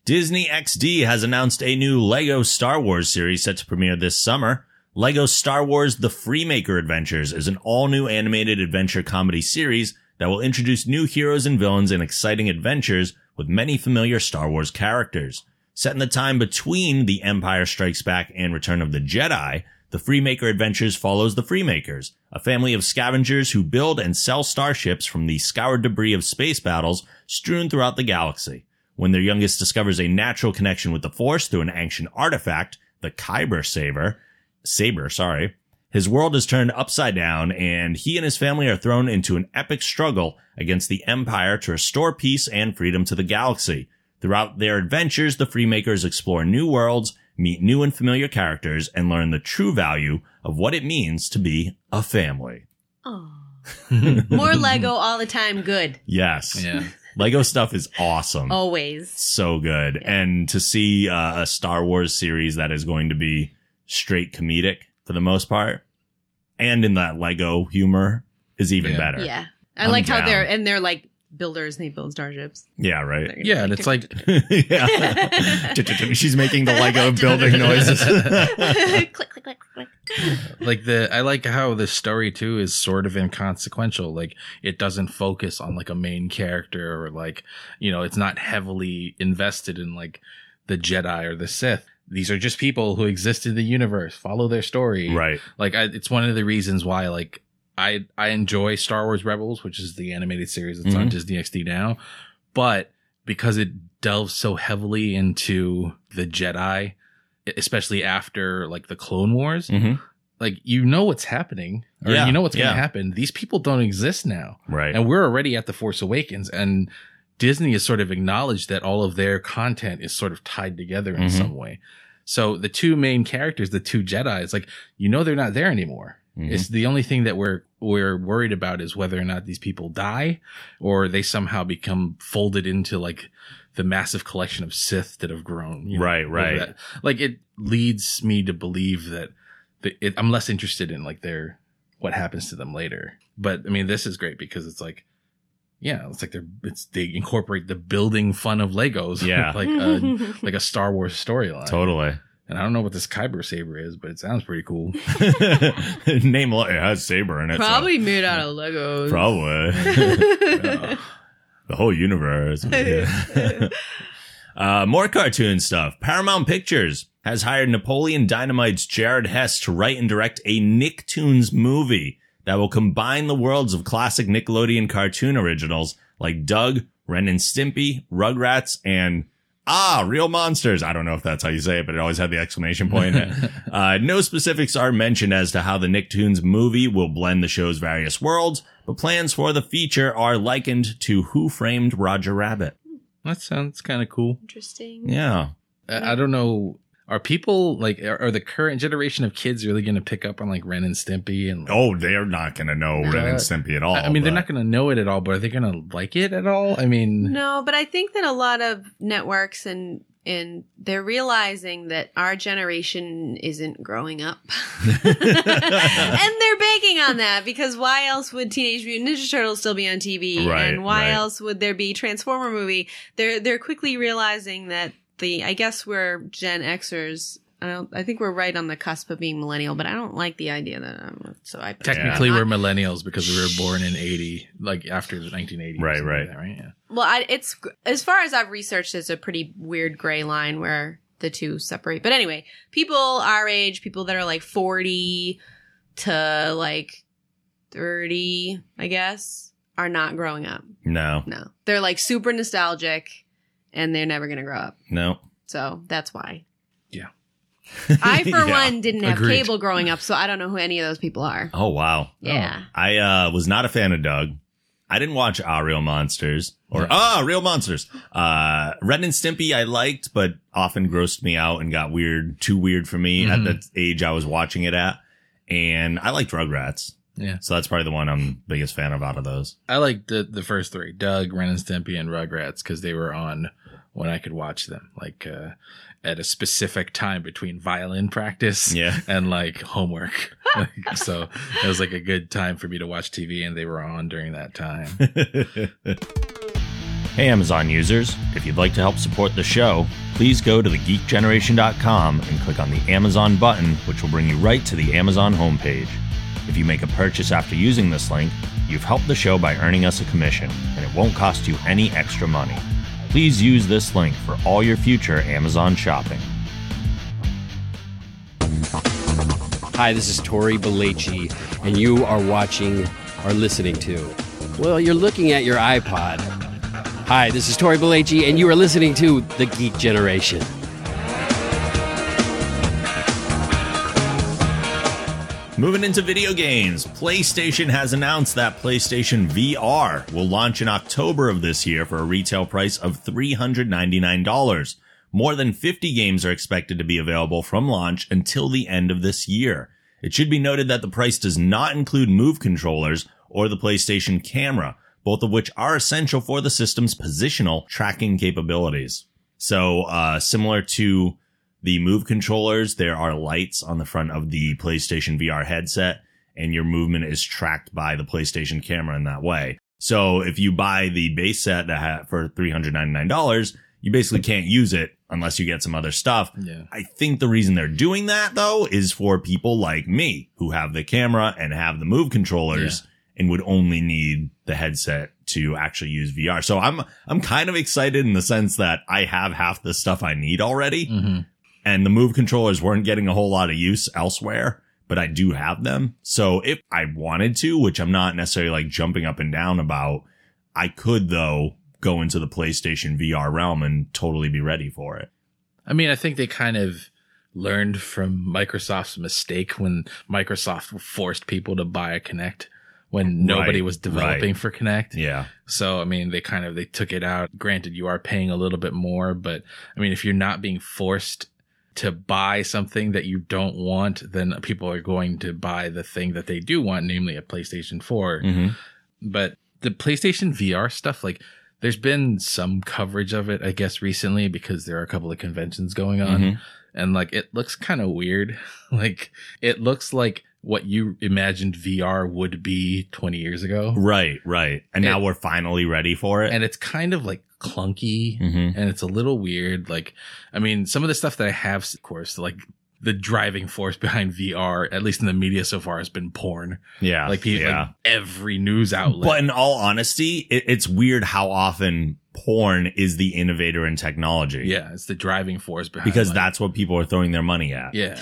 [SPEAKER 1] Disney XD has announced a new LEGO Star Wars series set to premiere this summer. LEGO Star Wars The Freemaker Adventures is an all new animated adventure comedy series that will introduce new heroes and villains in exciting adventures with many familiar Star Wars characters. Set in the time between The Empire Strikes Back and Return of the Jedi, The Freemaker Adventures follows the Freemakers, a family of scavengers who build and sell starships from the scoured debris of space battles strewn throughout the galaxy. When their youngest discovers a natural connection with the Force through an ancient artifact, the Kyber Saber, Saber, sorry, his world is turned upside down and he and his family are thrown into an epic struggle against the Empire to restore peace and freedom to the galaxy. Throughout their adventures, the Freemakers explore new worlds, meet new and familiar characters, and learn the true value of what it means to be a family.
[SPEAKER 2] Aw. More Lego all the time. Good.
[SPEAKER 1] Yes.
[SPEAKER 3] yeah,
[SPEAKER 1] Lego stuff is awesome.
[SPEAKER 2] Always.
[SPEAKER 1] so good. And to see uh, a Star Wars series that is going to be straight comedic for the most part and in that Lego humor is even
[SPEAKER 3] Yeah.
[SPEAKER 1] better.
[SPEAKER 2] Yeah. I
[SPEAKER 1] I'm
[SPEAKER 2] liked how
[SPEAKER 1] down.
[SPEAKER 2] they're, and they're like builders and they build starships.
[SPEAKER 1] Yeah, right.
[SPEAKER 3] yeah, and it's like
[SPEAKER 1] yeah. She's making the Lego building noises.
[SPEAKER 2] click, click, click, click.
[SPEAKER 3] like the I like how the story too is sort of inconsequential. Like it doesn't focus on like a main character or like you know it's not heavily invested in like the Jedi or the Sith. These are just people who exist in the universe. Follow their story.
[SPEAKER 1] right.
[SPEAKER 3] Like I, it's one of the reasons why like I I enjoy Star Wars Rebels, which is the animated series that's on
[SPEAKER 1] Mhm.
[SPEAKER 3] Disney XD now, but because it delves so heavily into the Jedi, e-, especially after like the Clone Wars
[SPEAKER 1] Mm-hmm.
[SPEAKER 3] like you know what's happening or
[SPEAKER 1] Yeah,
[SPEAKER 3] you know what's
[SPEAKER 1] yeah.
[SPEAKER 3] going to happen these people don't exist now
[SPEAKER 1] Right.
[SPEAKER 3] and we're already at the force awakens and disney has sort of acknowledged that all of their content is sort of tied together in
[SPEAKER 1] Mhm.
[SPEAKER 3] some way So the two main characters, the two Jedi's, like you know they're not there anymore.
[SPEAKER 1] Mhm.
[SPEAKER 3] It's the only thing that we're we're worried about is whether or not these people die or they somehow become folded into like the massive collection of Sith that have grown. you know,
[SPEAKER 1] Right,
[SPEAKER 3] over
[SPEAKER 1] right.
[SPEAKER 3] that. Like it leads me to believe that the, it, I'm less interested in like their what happens to them later. But I mean, this is great because it's like, yeah, it's like they're it's they incorporate the building fun of Legos.
[SPEAKER 1] Yeah.
[SPEAKER 3] like a,
[SPEAKER 1] uh,
[SPEAKER 3] like a Star Wars storyline.
[SPEAKER 1] Totally.
[SPEAKER 3] And I don't know what this Kyber saber is, but it sounds pretty cool.
[SPEAKER 1] Name it has saber in it. so-
[SPEAKER 2] Probably made out of Legos.
[SPEAKER 1] Probably. uh,
[SPEAKER 3] Yeah.
[SPEAKER 1] the whole universe. Yeah. uh, more cartoon stuff. Paramount Pictures has hired Napoleon Dynamite's Jared Hess to write and direct a Nicktoons movie that will combine the worlds of classic Nickelodeon cartoon originals like Doug, Ren and Stimpy, Rugrats, and Ah, Real Monsters. I don't know if that's how you say it, but it always had the exclamation point in it. Uh, no specifics are mentioned as to how the Nicktoons movie will blend the show's various worlds, but plans for the feature are likened to Who Framed Roger Rabbit.
[SPEAKER 3] that sounds kind of cool.
[SPEAKER 2] Interesting.
[SPEAKER 1] Yeah.
[SPEAKER 3] I, I don't know. Are people like are, are the current generation of kids really going to pick up on like Ren and Stimpy and?
[SPEAKER 1] Oh, they're not going to know Ren and Stimpy at all.
[SPEAKER 3] I I mean, they're
[SPEAKER 1] but-
[SPEAKER 3] not going to know it at all, but are they going to like it at all? I mean,
[SPEAKER 2] No, but I think that a lot of networks and and they're realizing that our generation isn't growing up. and they're banking on that because why else would Teenage Mutant Ninja Turtles still be on TV?
[SPEAKER 1] Right,
[SPEAKER 2] and why
[SPEAKER 1] right.
[SPEAKER 2] else would there be Transformer movie? They're they're quickly realizing that the I guess we're Gen Xers. I don't I think we're right on the cusp of being millennial, but I don't like the idea that I'm so I
[SPEAKER 3] Technically, we're millennials because we were born in eighty, like after the nineteen eighty.
[SPEAKER 1] Right, right.
[SPEAKER 3] right. Yeah.
[SPEAKER 2] Well, I, it's as far as I've researched, it's a pretty weird gray line where the two separate. But anyway, people our age, people that are like forty to like thirty, I guess, are not growing up.
[SPEAKER 1] No,
[SPEAKER 2] No, they're like super nostalgic, and they're never gonna grow up.
[SPEAKER 1] no.
[SPEAKER 2] So that's why.
[SPEAKER 3] Yeah.
[SPEAKER 2] I for
[SPEAKER 1] Yeah.
[SPEAKER 2] one didn't have
[SPEAKER 3] Agreed.
[SPEAKER 2] cable growing up, so I don't know who any of those people are.
[SPEAKER 1] Oh, wow.
[SPEAKER 2] Yeah.
[SPEAKER 1] I uh, was not a fan of Doug. I didn't watch Ah Real Monsters or
[SPEAKER 3] Yeah.
[SPEAKER 1] Ah Real Monsters. Uh, Ren and Stimpy I liked, but often grossed me out and got weird, too weird for me
[SPEAKER 3] Mhm.
[SPEAKER 1] at the age I was watching it at. And I liked Rugrats.
[SPEAKER 3] Yeah.
[SPEAKER 1] So that's probably the one I'm biggest fan of out of those.
[SPEAKER 3] I like the the first three: Doug, Ren and Stimpy, and Rugrats, because they were on when I could watch them, like uh, at a specific time between violin practice
[SPEAKER 1] Yeah.
[SPEAKER 3] and like homework. Like, so it was like a good time for me to watch TV, and they were on during that time.
[SPEAKER 1] hey, Amazon users. If you'd like to help support the show, please go to thegeekgeneration.com and click on the Amazon button, which will bring you right to the Amazon homepage. If you make a purchase after using this link, you've helped the show by earning us a commission, and it won't cost you any extra money. Please use this link for all your future Amazon shopping.
[SPEAKER 4] Hi, this is Tori Bellacci, and you are watching or listening to. Well, you're looking at your iPod. Hi, this is Tori Bellacci, and you are listening to The Geek Generation.
[SPEAKER 1] Moving into video games, PlayStation has announced that PlayStation VR will launch in October of this year for a retail price of $399. More than 50 games are expected to be available from launch until the end of this year. It should be noted that the price does not include Move controllers or the PlayStation camera, both of which are essential for the system's positional tracking capabilities. So, uh, similar to the move controllers there are lights on the front of the playstation vr headset and your movement is tracked by the playstation camera in that way so if you buy the base set that ha- for $399 you basically can't use it unless you get some other stuff
[SPEAKER 3] Yeah.
[SPEAKER 1] i think the reason they're doing that though is for people like me who have the camera and have the move controllers and would only need the headset to actually use vr so i'm i'm kind of excited in the sense that i have half the stuff i need already
[SPEAKER 3] hmm
[SPEAKER 1] and the move controllers weren't getting a whole lot of use elsewhere, but I do have them. So if I wanted to, which I'm not necessarily like jumping up and down about, I could though go into the PlayStation VR realm and totally be ready for it.
[SPEAKER 3] I mean, I think they kind of learned from Microsoft's mistake when Microsoft forced people to buy a Kinect when nobody
[SPEAKER 1] Right,
[SPEAKER 3] was developing for Kinect.
[SPEAKER 1] Yeah.
[SPEAKER 3] So I mean, they kind of they took it out. Granted, you are paying a little bit more, but I mean, if you're not being forced to buy something that you don't want, then people are going to buy the thing that they do want, namely a PlayStation 4.
[SPEAKER 1] Mm-hmm.
[SPEAKER 3] But the PlayStation VR stuff, like, there's been some coverage of it, I guess, recently because there are a couple of conventions going on.
[SPEAKER 1] Mhm.
[SPEAKER 3] And, like, it looks kind of weird. like, it looks like what you imagined VR would be 20 years ago.
[SPEAKER 1] Right, right. And now
[SPEAKER 3] It-
[SPEAKER 1] we're finally ready for it.
[SPEAKER 3] And it's kind of like clunky
[SPEAKER 1] mm-hmm.
[SPEAKER 3] and it's a little weird. Like, I mean, some of the stuff that I have, of course, like the driving force behind VR, at least in the media so far, has been porn.
[SPEAKER 1] Yeah.
[SPEAKER 3] Like, people,
[SPEAKER 1] Ah, yeah.
[SPEAKER 3] like every news outlet.
[SPEAKER 1] But in all honesty, it, it's weird how often porn is the innovator in technology.
[SPEAKER 3] yeah, it's the driving force behind
[SPEAKER 1] Because
[SPEAKER 3] like-
[SPEAKER 1] that's what people are throwing their money at.
[SPEAKER 3] yeah.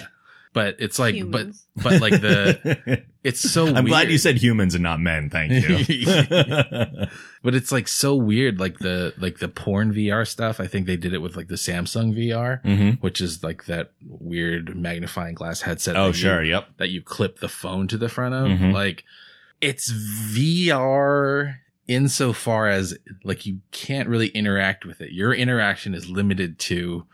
[SPEAKER 3] But it's like,
[SPEAKER 2] Humans.
[SPEAKER 3] but but like the it's so.
[SPEAKER 1] I'm glad you
[SPEAKER 3] weird.
[SPEAKER 1] said humans and not men. Thank you.
[SPEAKER 3] But it's like so weird, like the like the porn VR stuff. I think they did it with like the Samsung VR,
[SPEAKER 1] hmm
[SPEAKER 3] which is like that weird magnifying glass headset.
[SPEAKER 1] Oh,
[SPEAKER 3] that you-
[SPEAKER 1] sure. Yep.
[SPEAKER 3] that you clip the phone to the front of.
[SPEAKER 1] Mhm.
[SPEAKER 3] Like it's VR insofar as like you can't really interact with it. Your interaction is limited to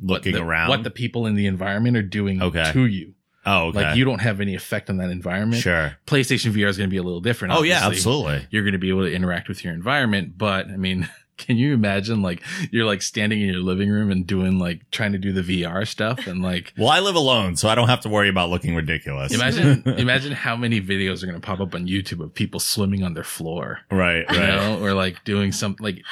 [SPEAKER 1] Looking
[SPEAKER 3] the,
[SPEAKER 1] around.
[SPEAKER 3] what the people in the environment are doing
[SPEAKER 1] Okay.
[SPEAKER 3] to you.
[SPEAKER 1] oh, okay.
[SPEAKER 3] Like you don't have any effect on that environment.
[SPEAKER 1] sure.
[SPEAKER 3] PlayStation VR is going to be a little different.
[SPEAKER 1] Oh, yeah.
[SPEAKER 3] obviously.
[SPEAKER 1] Absolutely.
[SPEAKER 3] You're going to be able to interact with your environment, but I mean, can you imagine like you're like standing in your living room and doing like trying to do the VR stuff and like
[SPEAKER 1] Well, I live alone, so I don't have to worry about looking ridiculous.
[SPEAKER 3] Imagine, imagine how many videos are going to pop up on YouTube of people swimming on their floor,
[SPEAKER 1] right.
[SPEAKER 3] you
[SPEAKER 1] Right.
[SPEAKER 3] know, or like doing something like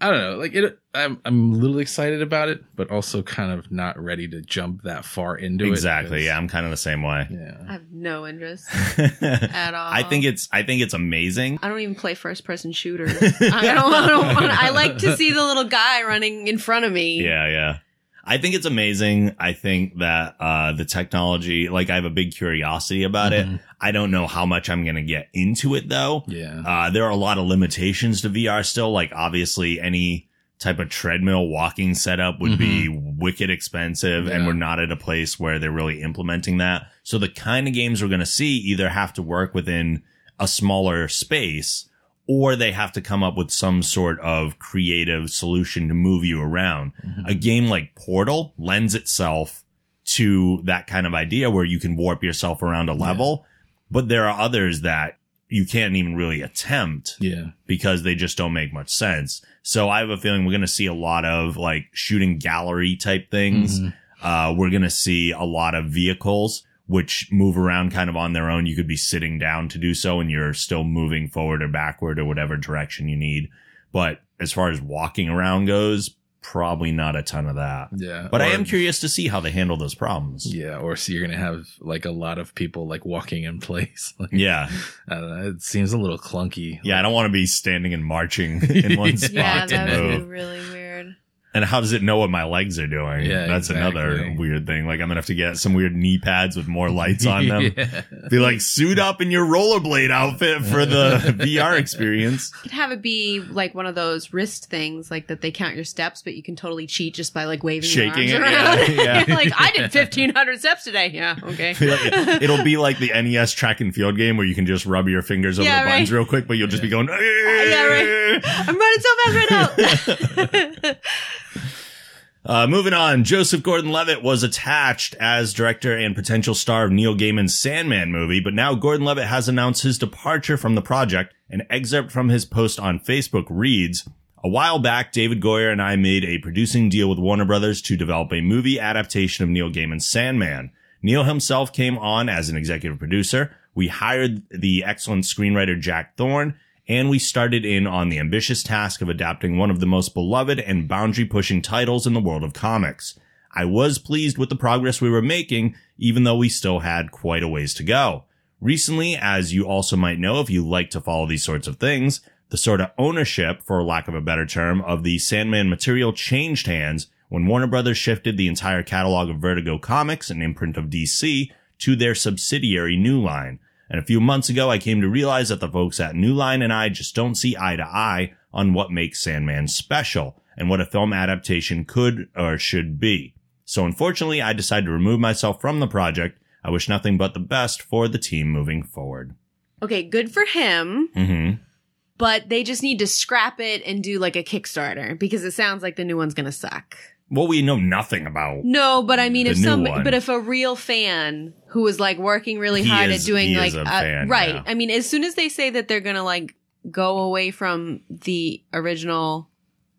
[SPEAKER 3] I don't know. Like it, I'm I'm a little excited about it, but also kind of not ready to jump that far into
[SPEAKER 1] Exactly.
[SPEAKER 3] it.
[SPEAKER 1] Yeah. I'm kind of the same way.
[SPEAKER 3] Yeah.
[SPEAKER 2] I have no interest
[SPEAKER 1] I
[SPEAKER 2] at all.
[SPEAKER 1] think it's, I think it's amazing.
[SPEAKER 2] I don't even play first person shooters. I don't, I don't want. I like to see the little guy running in front of me.
[SPEAKER 1] Yeah, yeah. I think it's amazing. I think that uh the technology, like I have a big curiosity about it.
[SPEAKER 3] Mhm.
[SPEAKER 1] I don't know how much I'm going to get into it though.
[SPEAKER 3] Yeah.
[SPEAKER 1] Uh there are a lot of limitations to VR still, like obviously any type of treadmill walking setup would be wicked expensive and
[SPEAKER 3] Mm-hmm. Yeah.
[SPEAKER 1] we're not at a place where they're really implementing that. So the kind of games we're going to see either have to work within a smaller space or they have to come up with some sort of creative solution to move you around
[SPEAKER 3] Mhm.
[SPEAKER 1] a game like Portal lends itself to that kind of idea where you can warp yourself around a level, but there are others that you can't even really attempt
[SPEAKER 3] Yeah.
[SPEAKER 1] because they just don't make much sense. So I have a feeling we're going to see a lot of like shooting gallery type things.
[SPEAKER 3] Mhm.
[SPEAKER 1] Uh, we're going to see a lot of vehicles which move around kind of on their own. You could be sitting down to do so and you're still moving forward or backward or whatever direction you need. But as far as walking around goes, probably not a ton of that.
[SPEAKER 3] Yeah.
[SPEAKER 1] But I
[SPEAKER 3] Or-
[SPEAKER 1] am curious to see how they handle those problems.
[SPEAKER 3] Yeah, or so you're gonna have like a lot of people like walking in place. Like,
[SPEAKER 1] Yeah.
[SPEAKER 3] I don't know, it seems a little clunky.
[SPEAKER 1] Yeah. I don't want to be standing and marching in one spot
[SPEAKER 2] Yeah,
[SPEAKER 1] to
[SPEAKER 2] that would
[SPEAKER 1] move.
[SPEAKER 2] be really weird.
[SPEAKER 1] And how does it know what my legs are doing?
[SPEAKER 3] Yeah,
[SPEAKER 1] That's another
[SPEAKER 3] exactly.
[SPEAKER 1] weird thing. Like I'm gonna have to get some weird knee pads with more lights on them.
[SPEAKER 3] Yeah.
[SPEAKER 1] Be like suit up in your rollerblade outfit for the VR experience.
[SPEAKER 2] You could have it be like one of those wrist things, like that they count your steps, but you can totally cheat just by like waving
[SPEAKER 1] Shaking
[SPEAKER 2] your
[SPEAKER 1] it,
[SPEAKER 2] arms around.
[SPEAKER 1] yeah, yeah.
[SPEAKER 2] You're like I did fifteen hundred steps today. Yeah, okay.
[SPEAKER 1] Be like- It'll be like the NES track and field game where you can just rub your fingers over
[SPEAKER 2] Yeah,
[SPEAKER 1] the buttons
[SPEAKER 2] right.
[SPEAKER 1] real quick, but you'll just be going.
[SPEAKER 2] yeah, I'm running so fast right now.
[SPEAKER 1] Uh, moving on, Joseph Gordon-Levitt was attached as director and potential star of Neil Gaiman's Sandman movie, but now Gordon-Levitt has announced his departure from the project. An excerpt from his post on Facebook reads, a while back, David Goyer and I made a producing deal with Warner Brothers to develop a movie adaptation of Neil Gaiman's Sandman. Neil himself came on as an executive producer. We hired the excellent screenwriter Jack Thorne, and we started in on the ambitious task of adapting one of the most beloved and boundary pushing titles in the world of comics. I was pleased with the progress we were making, even though we still had quite a ways to go. Recently, as you also might know if you like to follow these sorts of things, the sort of ownership, for lack of a better term, of the Sandman material changed hands when Warner Brothers shifted the entire catalog of Vertigo Comics, an imprint of DC, to their subsidiary New Line. And a few months ago, I came to realize that the folks at New Line and I just don't see eye to eye on what makes Sandman special and what a film adaptation could or should be. So unfortunately, I decided to remove myself from the project. I wish nothing but the best for the team moving forward.
[SPEAKER 2] okay, good for him.
[SPEAKER 1] Mm-hmm.
[SPEAKER 2] But they just need to scrap it and do like a Kickstarter because it sounds like the new one's gonna suck.
[SPEAKER 1] Well, we know nothing about.
[SPEAKER 2] No, but I mean,
[SPEAKER 1] The
[SPEAKER 2] if
[SPEAKER 1] new
[SPEAKER 2] some,
[SPEAKER 1] one.
[SPEAKER 2] but if a real fan who was like working really
[SPEAKER 1] He
[SPEAKER 2] hard
[SPEAKER 1] is-
[SPEAKER 2] at doing
[SPEAKER 1] he
[SPEAKER 2] like
[SPEAKER 1] is a fan,
[SPEAKER 2] right,
[SPEAKER 1] yeah.
[SPEAKER 2] I mean, as soon as they say that they're gonna like go away from the original,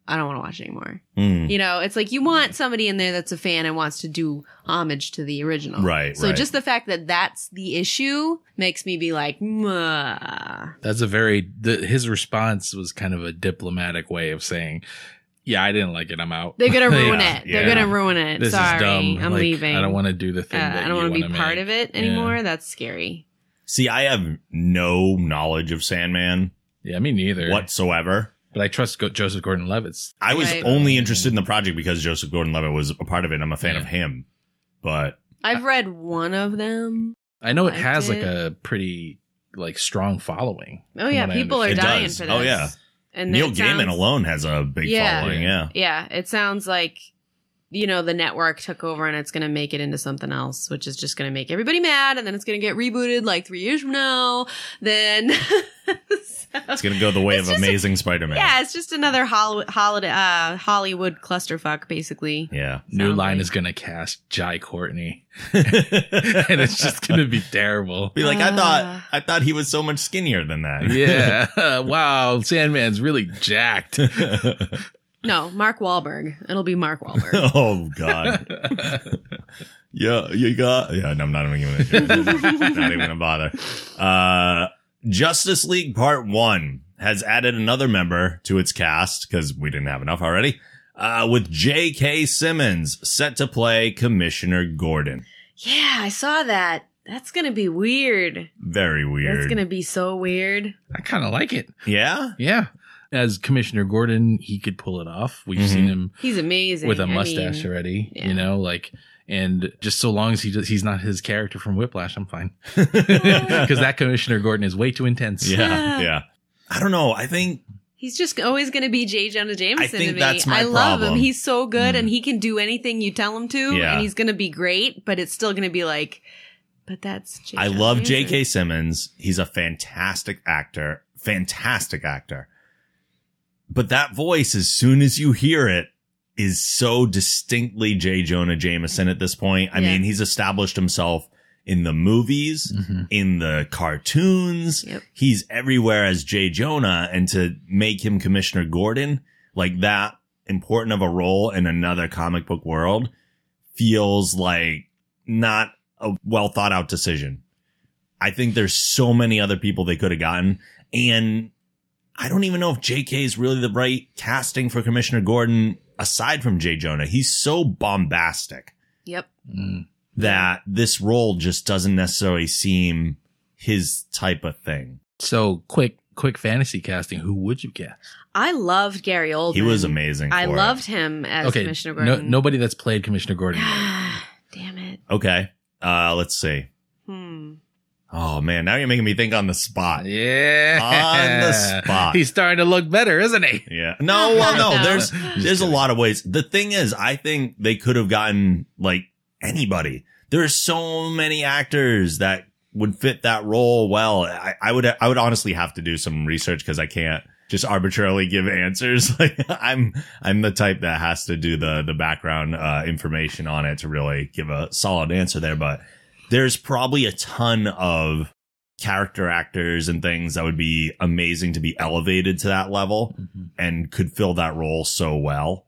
[SPEAKER 2] I don't want to watch it anymore.
[SPEAKER 1] Hmm.
[SPEAKER 2] You know, it's like you want somebody in there that's a fan and wants to do homage to the original,
[SPEAKER 1] Right,
[SPEAKER 2] So
[SPEAKER 1] right.
[SPEAKER 2] just the fact that that's the issue makes me be like, "Mwah."
[SPEAKER 3] That's a very the, his response was kind of a diplomatic way of saying, "Yeah, I didn't like it. I'm out.
[SPEAKER 2] they're gonna ruin
[SPEAKER 1] Yeah,
[SPEAKER 2] it. They're
[SPEAKER 1] yeah.
[SPEAKER 2] gonna ruin it.
[SPEAKER 3] This
[SPEAKER 2] Sorry,
[SPEAKER 3] is dumb.
[SPEAKER 2] I'm
[SPEAKER 3] Like,
[SPEAKER 2] leaving.
[SPEAKER 3] I don't want to do the
[SPEAKER 2] Uh,
[SPEAKER 3] thing. that
[SPEAKER 2] I don't
[SPEAKER 3] want to
[SPEAKER 2] be part of it anymore. That's scary.
[SPEAKER 1] See, I have no knowledge of Sandman
[SPEAKER 3] Yeah, me neither.
[SPEAKER 1] whatsoever.
[SPEAKER 3] But I trust Go- Joseph Gordon-Levitt's.
[SPEAKER 1] I was
[SPEAKER 2] Right.
[SPEAKER 1] only interested in the project because Joseph Gordon-Levitt was a part of it. and I'm a fan
[SPEAKER 3] Yeah.
[SPEAKER 1] of him, but
[SPEAKER 2] I've read one of them.
[SPEAKER 3] I know it
[SPEAKER 2] I
[SPEAKER 3] has like
[SPEAKER 2] did.
[SPEAKER 3] a pretty like strong following.
[SPEAKER 2] Oh
[SPEAKER 3] from
[SPEAKER 2] yeah,
[SPEAKER 3] what I
[SPEAKER 2] people are
[SPEAKER 1] understand. It
[SPEAKER 2] dying
[SPEAKER 1] does.
[SPEAKER 2] for this.
[SPEAKER 1] Oh, yeah.
[SPEAKER 2] and
[SPEAKER 1] Neil
[SPEAKER 2] it sounds-
[SPEAKER 1] Gaiman alone has a big
[SPEAKER 2] Yeah.
[SPEAKER 1] following. Yeah,
[SPEAKER 2] Yeah, it sounds like you know the network took over and it's going to make it into something else, which is just going to make everybody mad, and then it's going to get rebooted like three years from now. Then So-
[SPEAKER 1] it's gonna go the way
[SPEAKER 2] It's
[SPEAKER 1] of
[SPEAKER 2] just-
[SPEAKER 1] Amazing Spider-Man.
[SPEAKER 2] yeah, it's just another hol- holiday uh, Hollywood clusterfuck, basically.
[SPEAKER 1] Yeah.
[SPEAKER 3] New
[SPEAKER 2] Sounds
[SPEAKER 3] Line
[SPEAKER 2] like-
[SPEAKER 3] is going to cast Jai Courtney, and
[SPEAKER 1] and
[SPEAKER 3] it's just going to be terrible.
[SPEAKER 1] be like, I
[SPEAKER 2] Uh.
[SPEAKER 1] thought, I thought he was so much skinnier than that.
[SPEAKER 3] Yeah. wow. Sandman's really jacked.
[SPEAKER 2] No, Mark Wahlberg. It'll be Mark Wahlberg.
[SPEAKER 1] oh God. Yeah, you got. Yeah, no, I'm not even gonna. not even gonna bother. Uh, Justice League Part One has added another member to its cast because we didn't have enough already. Uh, with J.K. Simmons set to play Commissioner Gordon.
[SPEAKER 2] yeah, I saw that. That's going to be weird.
[SPEAKER 1] Very weird.
[SPEAKER 2] That's going to be so weird.
[SPEAKER 3] I kind of like it.
[SPEAKER 1] yeah.
[SPEAKER 3] Yeah. As Commissioner Gordon, he could pull it off. We've
[SPEAKER 1] Mhm.
[SPEAKER 3] seen him
[SPEAKER 2] He's amazing.
[SPEAKER 3] with a
[SPEAKER 2] I mean,
[SPEAKER 3] mustache already,
[SPEAKER 2] yeah.
[SPEAKER 3] you know, like, and just so long as he does, he's not his character from Whiplash, I'm fine. Because that Commissioner Gordon is way too intense.
[SPEAKER 1] Yeah. Yeah. I don't know. I think
[SPEAKER 2] He's just always going to be J. Jonah Jameson
[SPEAKER 1] I think
[SPEAKER 2] to me.
[SPEAKER 1] that's my
[SPEAKER 2] I love
[SPEAKER 1] problem.
[SPEAKER 2] him. He's so good
[SPEAKER 3] Mm.
[SPEAKER 2] and he can do anything you tell him to
[SPEAKER 1] Yeah.
[SPEAKER 2] and he's going to be great, but it's still going to be like, but that's J.
[SPEAKER 1] I
[SPEAKER 2] Jonah
[SPEAKER 1] love
[SPEAKER 2] Jameson.
[SPEAKER 1] J.K. Simmons. He's a fantastic actor, fantastic actor. But that voice, as soon as you hear it, is so distinctly J. Jonah Jameson at this point. I
[SPEAKER 2] Yeah.
[SPEAKER 1] mean, he's established himself in the movies,
[SPEAKER 3] Mhm.
[SPEAKER 1] in the cartoons.
[SPEAKER 2] Yep.
[SPEAKER 1] He's everywhere as J. Jonah. And to make him Commissioner Gordon, like that important of a role in another comic book world feels like not a well thought out decision. I think there's so many other people they could have gotten. And I don't even know if JK is really the right casting for Commissioner Gordon aside from J. Jonah. He's so bombastic
[SPEAKER 2] Yep.
[SPEAKER 3] Mm.
[SPEAKER 1] that this role just doesn't necessarily seem his type of thing.
[SPEAKER 3] So, quick, quick fantasy casting. Who would you cast?
[SPEAKER 2] I loved Gary Oldman.
[SPEAKER 1] He was amazing.
[SPEAKER 2] I
[SPEAKER 1] for it.
[SPEAKER 2] loved him as Commissioner
[SPEAKER 3] no-
[SPEAKER 2] Gordon.
[SPEAKER 3] nobody that's played Commissioner Gordon.
[SPEAKER 2] Damn it.
[SPEAKER 1] Okay. Uh, let's see.
[SPEAKER 2] Hmm.
[SPEAKER 1] Oh man, now you're making me think on the spot.
[SPEAKER 3] Yeah.
[SPEAKER 1] On the spot.
[SPEAKER 3] He's starting to look better, isn't he?
[SPEAKER 1] Yeah. No, well, no,
[SPEAKER 2] No.
[SPEAKER 1] there's,
[SPEAKER 3] Just
[SPEAKER 1] there's a
[SPEAKER 3] kidding.
[SPEAKER 1] lot of ways. The thing is, I think they could have gotten like anybody. There are so many actors that would fit that role well. I, I would, I would honestly have to do some research because I can't just arbitrarily give answers. Like I'm, I'm the type that has to do the, the background, uh, information on it to really give a solid answer there. But there's probably a ton of character actors and things that would be amazing to be elevated to that level
[SPEAKER 3] Mhm.
[SPEAKER 1] and could fill that role so well.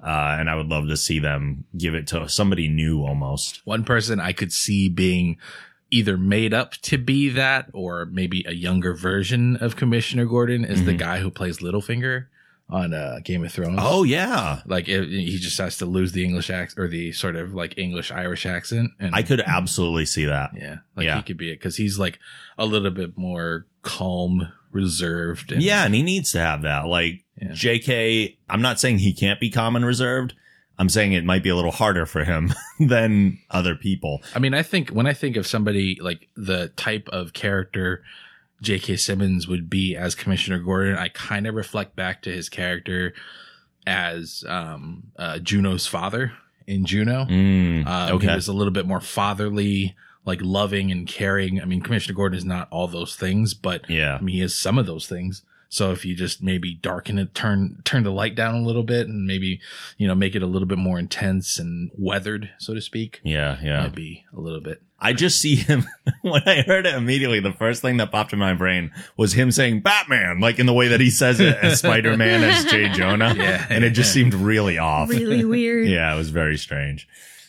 [SPEAKER 1] Uh, and I would love to see them give it to somebody new almost.
[SPEAKER 3] One person I could see being either made up to be that or maybe a younger version of Commissioner Gordon is the
[SPEAKER 1] Mhm.
[SPEAKER 3] guy who plays Littlefinger on uh, Game of Thrones.
[SPEAKER 1] Oh, yeah.
[SPEAKER 3] Like it, he just has to lose the English accent or the sort of like English Irish accent, and
[SPEAKER 1] I could absolutely see that.
[SPEAKER 3] yeah, like
[SPEAKER 1] Yeah.
[SPEAKER 3] he could be it because he's like a little bit more calm, reserved. And,
[SPEAKER 1] Yeah. And he needs to have that. Like
[SPEAKER 3] Yeah.
[SPEAKER 1] JK, I'm not saying he can't be calm and reserved. I'm saying it might be a little harder for him than other people.
[SPEAKER 3] I mean, I think when I think of somebody like the type of character J.K. Simmons would be as Commissioner Gordon, I kind of reflect back to his character as um, uh, Juno's father in Juno.
[SPEAKER 1] Mm,
[SPEAKER 3] Uh, He
[SPEAKER 1] okay.
[SPEAKER 3] was a little bit more fatherly, like loving and caring. I mean, Commissioner Gordon is not all those things, but
[SPEAKER 1] yeah.
[SPEAKER 3] I mean, he is some of those things. So if you just maybe darken it, turn turn the light down a little bit, and maybe you know make it a little bit more intense and weathered, so to speak,
[SPEAKER 1] Yeah, yeah.
[SPEAKER 3] might be a little bit.
[SPEAKER 1] I just see him when I heard it immediately. The first thing that popped in my brain was him saying Batman, like in the way that he says it as Spider Man as Jay Jonah.
[SPEAKER 3] Yeah.
[SPEAKER 1] And it just seemed really off.
[SPEAKER 2] Really weird.
[SPEAKER 1] Yeah, it was very strange.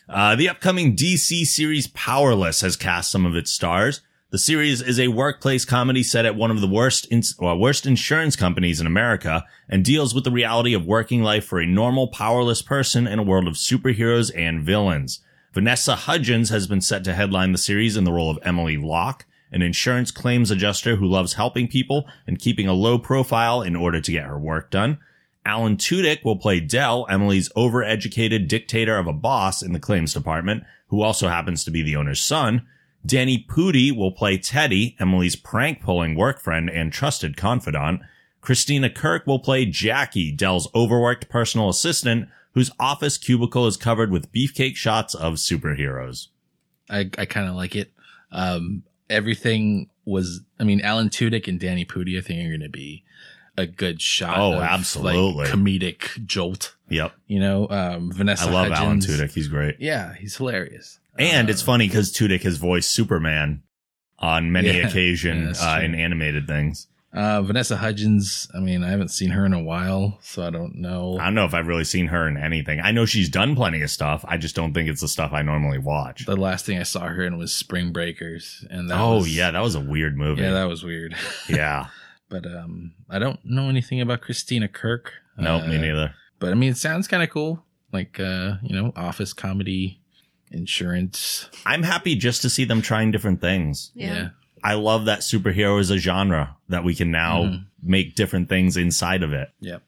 [SPEAKER 1] Uh, the upcoming DC series Powerless has cast some of its stars. The series is a workplace comedy set at one of the worst ins- well, worst insurance companies in America and deals with the reality of working life for a normal powerless person in a world of superheroes and villains. Vanessa Hudgens has been set to headline the series in the role of Emily Locke, an insurance claims adjuster who loves helping people and keeping a low profile in order to get her work done. Alan Tudyk will play Dell, Emily's overeducated dictator of a boss in the claims department, who also happens to be the owner's son. Danny Pudi will play Teddy, Emily's prank pulling work friend and trusted confidant. Christina Kirk will play Jackie, Dell's overworked personal assistant, whose office cubicle is covered with beefcake shots of superheroes.
[SPEAKER 3] I, I kind of like it. Um, everything was, I mean, Alan Tudyk and Danny Pudi, I think are going to be a good shot.
[SPEAKER 1] Oh,
[SPEAKER 3] of, like,
[SPEAKER 1] absolutely.
[SPEAKER 3] comedic jolt,
[SPEAKER 1] Yep.
[SPEAKER 3] you know, um, Vanessa.
[SPEAKER 1] I love Alan
[SPEAKER 3] Hudgens.
[SPEAKER 1] Tudyk. He's great.
[SPEAKER 3] Yeah. He's hilarious.
[SPEAKER 1] And
[SPEAKER 3] Uh,
[SPEAKER 1] it's funny because Tudyk has voiced Superman on many
[SPEAKER 3] Yeah. Yeah,
[SPEAKER 1] occasions
[SPEAKER 3] that's
[SPEAKER 1] uh,
[SPEAKER 3] true.
[SPEAKER 1] in animated things.
[SPEAKER 3] uh, Vanessa Hudgens. I mean, I haven't seen her in a while, so I don't know.
[SPEAKER 1] I don't know if I've really seen her in anything. I know she's done plenty of stuff. I just don't think it's the stuff I normally watch.
[SPEAKER 3] the last thing I saw her in was Spring Breakers. And that
[SPEAKER 1] oh
[SPEAKER 3] was-
[SPEAKER 1] yeah, that was a weird movie.
[SPEAKER 3] Yeah.
[SPEAKER 1] Yeah,
[SPEAKER 3] That was weird. but, um, I don't know anything about Christina Kirk.
[SPEAKER 1] nope, me
[SPEAKER 3] Uh,
[SPEAKER 1] neither.
[SPEAKER 3] but I mean, it sounds kind of cool. Like, uh, you know, office comedy, insurance.
[SPEAKER 1] I'm happy just to see them trying different things.
[SPEAKER 2] Yeah.
[SPEAKER 1] I love that superhero is a genre that we can now
[SPEAKER 3] Mhm.
[SPEAKER 1] make different things inside of it.
[SPEAKER 3] Yep.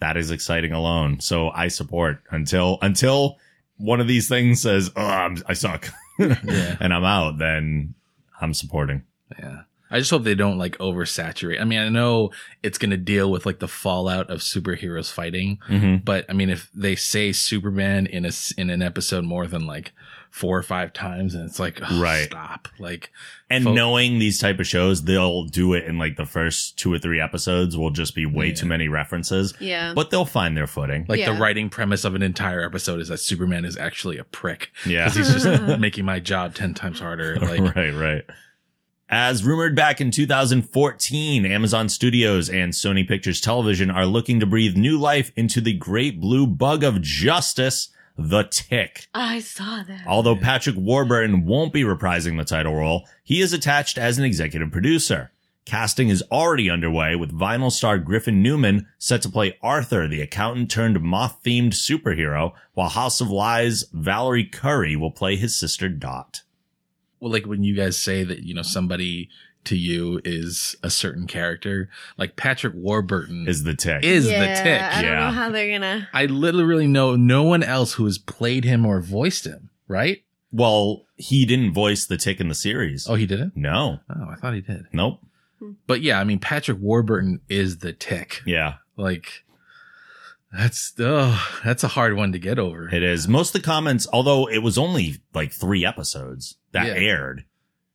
[SPEAKER 1] That is exciting alone. So I support until until one of these things says, "Oh, I'm, I suck,"
[SPEAKER 3] Yeah.
[SPEAKER 1] and I'm out. Then I'm supporting.
[SPEAKER 3] Yeah. I just hope they don't like oversaturate. I mean, I know it's going to deal with like the fallout of superheroes fighting,
[SPEAKER 1] Mm-hmm.
[SPEAKER 3] but I mean, if they say Superman in a s- in an episode more than like four or five times, and it's like, ugh,
[SPEAKER 1] Right.
[SPEAKER 3] stop. Like,
[SPEAKER 1] and
[SPEAKER 3] Folk-
[SPEAKER 1] knowing these type of shows they'll do it in like the first two or three episodes will just be way
[SPEAKER 3] Yeah.
[SPEAKER 1] too many references
[SPEAKER 2] Yeah.
[SPEAKER 1] but they'll find their footing
[SPEAKER 3] like the
[SPEAKER 2] Yeah.
[SPEAKER 3] writing premise of an entire episode is that Superman is actually a prick.
[SPEAKER 1] yeah
[SPEAKER 3] 'Cause He's just making my job ten times harder. Like,
[SPEAKER 1] right right as rumored back in 2014 amazon studios and sony pictures television are looking to breathe new life into the great blue bug of justice the tick
[SPEAKER 2] I saw that.
[SPEAKER 1] Although Patrick Warburton won't be reprising the title role, he is attached as an executive producer. Casting is already underway with vinyl star Griffin Newman set to play Arthur, the accountant turned moth themed superhero, while House of Lies Valerie Curry will play his sister Dot.
[SPEAKER 3] well, like when you guys say that you know somebody to you is a certain character, like Patrick Warburton is,
[SPEAKER 1] Is the tick.
[SPEAKER 3] the tick.
[SPEAKER 2] I don't
[SPEAKER 1] yeah.
[SPEAKER 2] know how they're gonna.
[SPEAKER 3] I literally know no one else who has played him or voiced him, right?
[SPEAKER 1] well, he didn't voice the tick in the series.
[SPEAKER 3] Oh, he didn't?
[SPEAKER 1] No.
[SPEAKER 3] Oh, I thought he did.
[SPEAKER 1] Nope.
[SPEAKER 3] But yeah, I mean, Patrick Warburton is the tick.
[SPEAKER 1] Yeah,
[SPEAKER 3] Like, that's, oh, that's a hard one to get over.
[SPEAKER 1] it is. Most of the comments, although it was only like three episodes that
[SPEAKER 3] Yeah.
[SPEAKER 1] aired.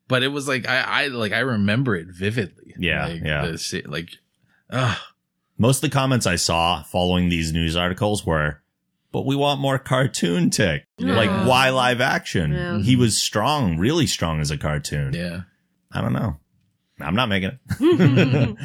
[SPEAKER 3] But it was like, I, I, like, I remember it vividly.
[SPEAKER 1] Yeah,
[SPEAKER 3] Like,
[SPEAKER 1] yeah.
[SPEAKER 3] the se- like, ah, ugh.
[SPEAKER 1] Most of the comments I saw following these news articles were, but we want more cartoon tick.
[SPEAKER 3] Yeah.
[SPEAKER 1] Like,
[SPEAKER 2] Yeah.
[SPEAKER 1] why live action?
[SPEAKER 2] Yeah.
[SPEAKER 1] He was strong, really strong as a cartoon.
[SPEAKER 3] yeah.
[SPEAKER 1] I don't know. I'm not making it.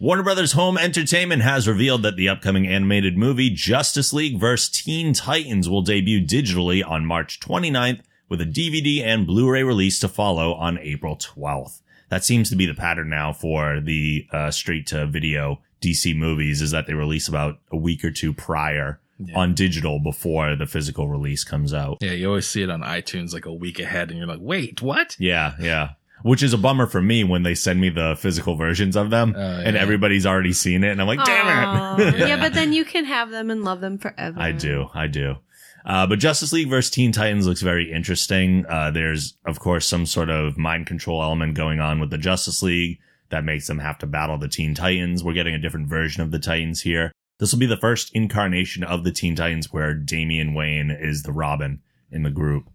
[SPEAKER 1] Warner Brothers Home Entertainment has revealed that the upcoming animated movie Justice League vs. Teen Titans will debut digitally on March 29th with a DVD and Blu-ray release to follow on April 12th. That seems to be the pattern now for the uh, straight to video DC movies is that they release about a week or two prior
[SPEAKER 3] Yeah.
[SPEAKER 1] on digital before the physical release comes out.
[SPEAKER 3] Yeah, you always see it on iTunes like a week ahead, and you're like, "Wait, what?"
[SPEAKER 1] Yeah, yeah. Which is a bummer for me when they send me the physical versions of them
[SPEAKER 3] Oh, yeah.
[SPEAKER 1] and everybody's already seen it. And I'm like, damn it.
[SPEAKER 2] Aw. yeah.
[SPEAKER 3] Yeah.
[SPEAKER 2] but then you can have them and love them forever.
[SPEAKER 3] Mm.
[SPEAKER 1] I do. I do. Uh, but Justice League versus Teen Titans looks very interesting. Uh, there's, of course, some sort of mind control element going on with the Justice League that makes them have to battle the Teen Titans. We're getting a different version of the Titans here. This will be the first incarnation of the Teen Titans where Damian Wayne is the Robin in the group.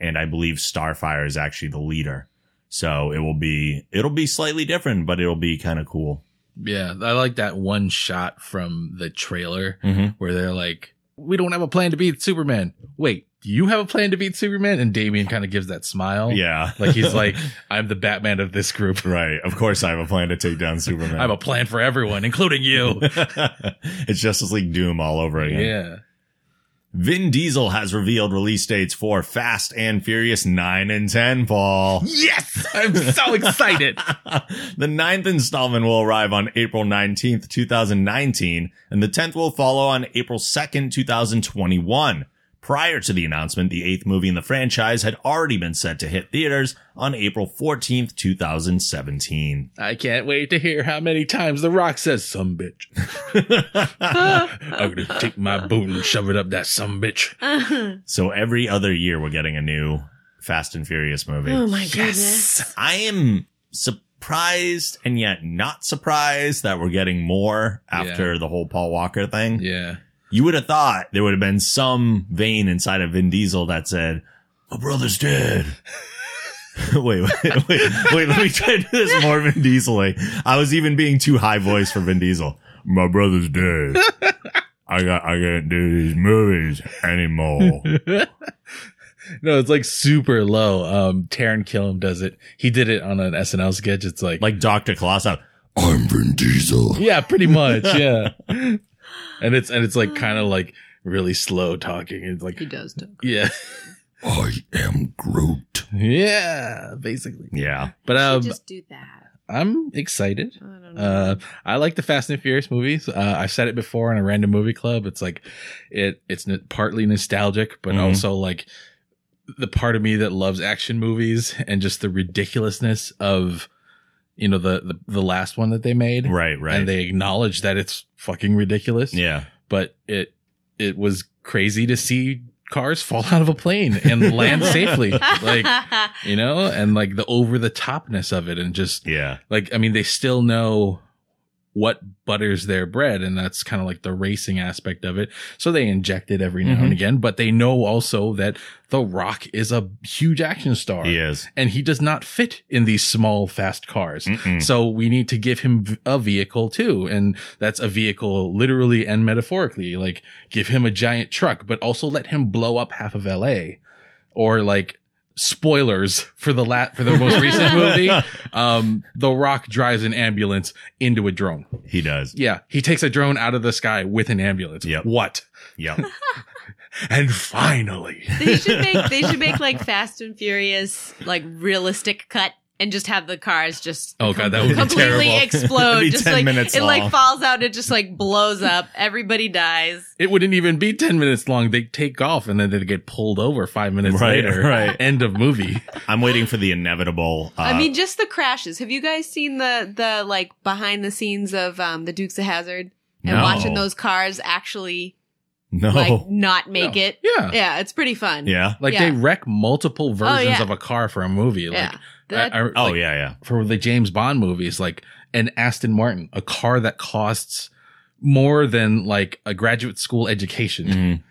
[SPEAKER 1] And I believe Starfire is actually the leader. So it will be, it'll be slightly different, but it'll be kind of cool.
[SPEAKER 3] Yeah, I like that one shot from the trailer
[SPEAKER 1] Mm-hmm.
[SPEAKER 3] where they're like, "We don't have a plan to beat Superman." Wait, do you have a plan to beat Superman? And Damien kind of gives that smile.
[SPEAKER 1] Yeah.
[SPEAKER 3] like he's like, "I'm the Batman of this group.
[SPEAKER 1] right. Of course, I have a plan to take down Superman.
[SPEAKER 3] I have a plan for everyone, including you."
[SPEAKER 1] it's Justice League Doom all over again.
[SPEAKER 3] yeah,
[SPEAKER 1] Vin Diesel has revealed release dates for Fast and Furious 9 and 10, Paul.
[SPEAKER 3] yes, I'm so excited.
[SPEAKER 1] the ninth installment will arrive on April 19th, 2019, and the 10th will follow on April 2nd, 2021. Prior to the announcement, the eighth movie in the franchise had already been set to hit theaters on April 14th, 2017.
[SPEAKER 3] I can't wait to hear how many times The Rock says "some bitch." I'm gonna take my boot and shove it up that some bitch.
[SPEAKER 1] So every other year, we're getting a new Fast and Furious movie.
[SPEAKER 2] oh my goodness.
[SPEAKER 1] I am surprised and yet not surprised that we're getting more after the whole Paul Walker thing.
[SPEAKER 3] Yeah.
[SPEAKER 1] You would have thought there would have been some vein inside of Vin Diesel that said, My brother's dead. wait, wait, wait, wait, let me try to do this more Vin Diesel. I was even being too high voice for Vin Diesel. My brother's dead. I got I can't do these movies anymore.
[SPEAKER 3] No, it's like super low. Um, Taron Killam does it. He did it on an SNL sketch. It's like,
[SPEAKER 1] like Dr. Colossus. I'm Vin Diesel.
[SPEAKER 3] yeah, pretty much, yeah. and it's and it's like kind of like really slow talking. It's like,
[SPEAKER 2] He does talk.
[SPEAKER 3] yeah,
[SPEAKER 1] I am Groot.
[SPEAKER 3] yeah, basically.
[SPEAKER 1] Yeah.
[SPEAKER 3] But um,
[SPEAKER 2] just do that.
[SPEAKER 3] I'm excited.
[SPEAKER 2] I don't know.
[SPEAKER 3] Uh, I like the Fast and Furious movies. Uh, I've said it before in a random movie club. It's like, it it's n- partly nostalgic, but
[SPEAKER 1] Mhm.
[SPEAKER 3] also like the part of me that loves action movies and just the ridiculousness of, you know, the the, the last one that they made,
[SPEAKER 1] Right, right.
[SPEAKER 3] and they acknowledge that it's fucking ridiculous.
[SPEAKER 1] yeah.
[SPEAKER 3] but it it was crazy to see cars fall out of a plane and land safely, uh, like you know, and like the over the topness of it, and just
[SPEAKER 1] Yeah.
[SPEAKER 3] like I mean, they still know what butters their bread, and that's kind of like the racing aspect of it. So they inject it every now
[SPEAKER 1] Mhm.
[SPEAKER 3] and again, but they know also that The Rock is a huge action star,
[SPEAKER 1] He is.
[SPEAKER 3] and he does not fit in these small fast cars.
[SPEAKER 1] Mm-mm.
[SPEAKER 3] So we need to give him v- a vehicle too. And that's a vehicle literally and metaphorically. Like give him a giant truck, but also let him blow up half of LA or like spoilers for the la- for the most recent movie. Um, the rock drives an ambulance into a drone.
[SPEAKER 1] He does.
[SPEAKER 3] Yeah. He takes a drone out of the sky with an ambulance.
[SPEAKER 1] Yep.
[SPEAKER 3] What?
[SPEAKER 1] Yeah.
[SPEAKER 3] And finally.
[SPEAKER 2] they should make they should make like Fast and Furious like realistic cut and just have the cars just
[SPEAKER 3] Oh God, that would be
[SPEAKER 2] completely
[SPEAKER 3] terrible.
[SPEAKER 1] It'd
[SPEAKER 2] explode.
[SPEAKER 1] be
[SPEAKER 2] just
[SPEAKER 1] 10
[SPEAKER 2] like
[SPEAKER 1] minutes
[SPEAKER 2] it
[SPEAKER 1] long.
[SPEAKER 2] like falls out, it just like blows up. Everybody dies.
[SPEAKER 3] it wouldn't even be 10 minutes long. They take off and then they get pulled over five minutes
[SPEAKER 1] Right,
[SPEAKER 3] later.
[SPEAKER 1] right.
[SPEAKER 3] End of movie.
[SPEAKER 1] I'm waiting for the inevitable. Uh,
[SPEAKER 2] I mean, just the crashes. Have you guys seen the the like behind the scenes of um the Dukes of Hazard and
[SPEAKER 1] No.
[SPEAKER 2] watching those cars actually
[SPEAKER 1] no.
[SPEAKER 2] like not make
[SPEAKER 3] Oh. No.
[SPEAKER 2] it?
[SPEAKER 3] Yeah.
[SPEAKER 2] Yeah, it's pretty fun.
[SPEAKER 1] yeah.
[SPEAKER 3] Like
[SPEAKER 2] Yeah.
[SPEAKER 3] they
[SPEAKER 2] Oh,
[SPEAKER 3] wreck multiple versions
[SPEAKER 2] yeah.
[SPEAKER 3] of a car for a movie.
[SPEAKER 2] yeah.
[SPEAKER 3] Like,
[SPEAKER 2] That-
[SPEAKER 3] I- I-
[SPEAKER 1] Oh,
[SPEAKER 3] like,
[SPEAKER 1] yeah, yeah.
[SPEAKER 3] For the James Bond movies, like an Aston Martin, a car that costs more than like a graduate school education.
[SPEAKER 1] Mhm.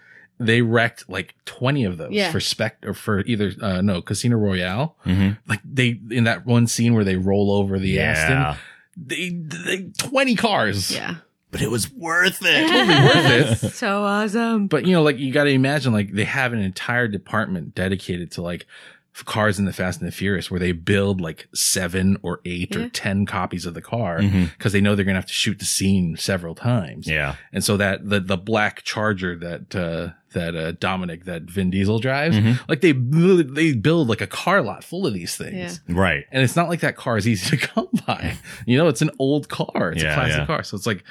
[SPEAKER 3] They wrecked like 20 of those
[SPEAKER 2] Yeah.
[SPEAKER 3] for spec or for either, uh, no, Casino Royale.
[SPEAKER 1] Mhm.
[SPEAKER 3] Like they, in that one scene where they roll over the Aston,
[SPEAKER 1] Yeah.
[SPEAKER 3] they, they 20 cars.
[SPEAKER 2] yeah.
[SPEAKER 1] But it was worth it.
[SPEAKER 3] totally worth
[SPEAKER 2] it. so awesome.
[SPEAKER 3] But you know, like you got to imagine, like they have an entire department dedicated to like f- cars in the Fast and the Furious, where they build like seven or eight or
[SPEAKER 2] Yeah.
[SPEAKER 3] ten copies of the car
[SPEAKER 1] Mhm.
[SPEAKER 3] because they know they're gonna have to shoot the scene several times.
[SPEAKER 1] Yeah.
[SPEAKER 3] And so that the the black Charger that uh, that uh, Dominic that Vin Diesel drives,
[SPEAKER 1] Mhm.
[SPEAKER 3] like they bu- they build like a car lot full of these things.
[SPEAKER 2] Yeah.
[SPEAKER 1] Right.
[SPEAKER 3] And it's not like that car is easy to come by. You know, it's an old car. It's
[SPEAKER 1] Yeah,
[SPEAKER 3] a classic
[SPEAKER 1] yeah.
[SPEAKER 3] car. So it's like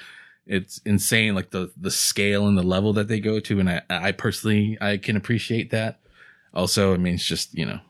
[SPEAKER 3] it's insane, like the the scale and the level that they go to. And I I personally I can appreciate that. Also, I mean it's just, you know,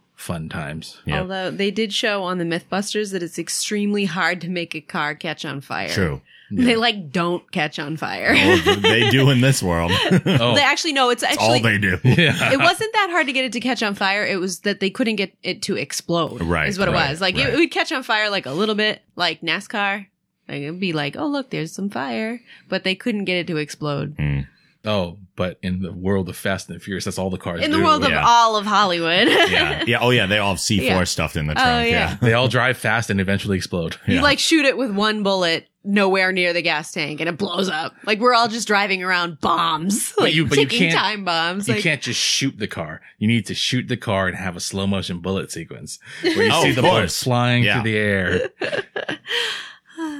[SPEAKER 3] fun times.
[SPEAKER 1] Yep.
[SPEAKER 2] Although they did show on the Mythbusters that it's extremely hard to make a car catch on fire.
[SPEAKER 1] True.
[SPEAKER 2] They like don't catch on fire.
[SPEAKER 1] Well, they do in this world. That's
[SPEAKER 3] Oh
[SPEAKER 2] They actually no, it's
[SPEAKER 1] all
[SPEAKER 2] actually
[SPEAKER 1] they do.
[SPEAKER 3] yeah.
[SPEAKER 2] it wasn't that hard to get it to catch on fire. It was that they couldn't get it to explode.
[SPEAKER 1] Right,
[SPEAKER 2] Is what
[SPEAKER 1] right,
[SPEAKER 2] it was. Like
[SPEAKER 1] right.
[SPEAKER 2] it, it would catch on fire like a little bit, like NASCAR. Like it'd be like, oh look, there's some fire. But they couldn't get it to explode.
[SPEAKER 1] Hmm.
[SPEAKER 3] Oh, but in the world of Fast and the Furious, that's all the cars
[SPEAKER 2] in the
[SPEAKER 3] do.
[SPEAKER 2] world of
[SPEAKER 1] yeah.
[SPEAKER 2] all of Hollywood.
[SPEAKER 1] Yeah. Yeah. Oh, yeah. They all have C4
[SPEAKER 2] Yeah.
[SPEAKER 1] stuffed in the
[SPEAKER 2] Oh,
[SPEAKER 1] trunk. yeah.
[SPEAKER 2] yeah.
[SPEAKER 3] they all drive fast and eventually explode.
[SPEAKER 2] You
[SPEAKER 1] Yeah.
[SPEAKER 2] like shoot it with one bullet nowhere near the gas tank and it blows up. Like we're all just driving around bombs.
[SPEAKER 3] But
[SPEAKER 2] Like
[SPEAKER 3] you- but you
[SPEAKER 2] ticking
[SPEAKER 3] can't-
[SPEAKER 2] time bombs.
[SPEAKER 3] You
[SPEAKER 2] like
[SPEAKER 3] can't just shoot the car. You need to shoot the car and have a slow motion bullet sequence where you
[SPEAKER 1] Oh,
[SPEAKER 3] see
[SPEAKER 1] of
[SPEAKER 3] the bullets
[SPEAKER 1] course.
[SPEAKER 3] flying
[SPEAKER 1] Yeah.
[SPEAKER 3] through the air.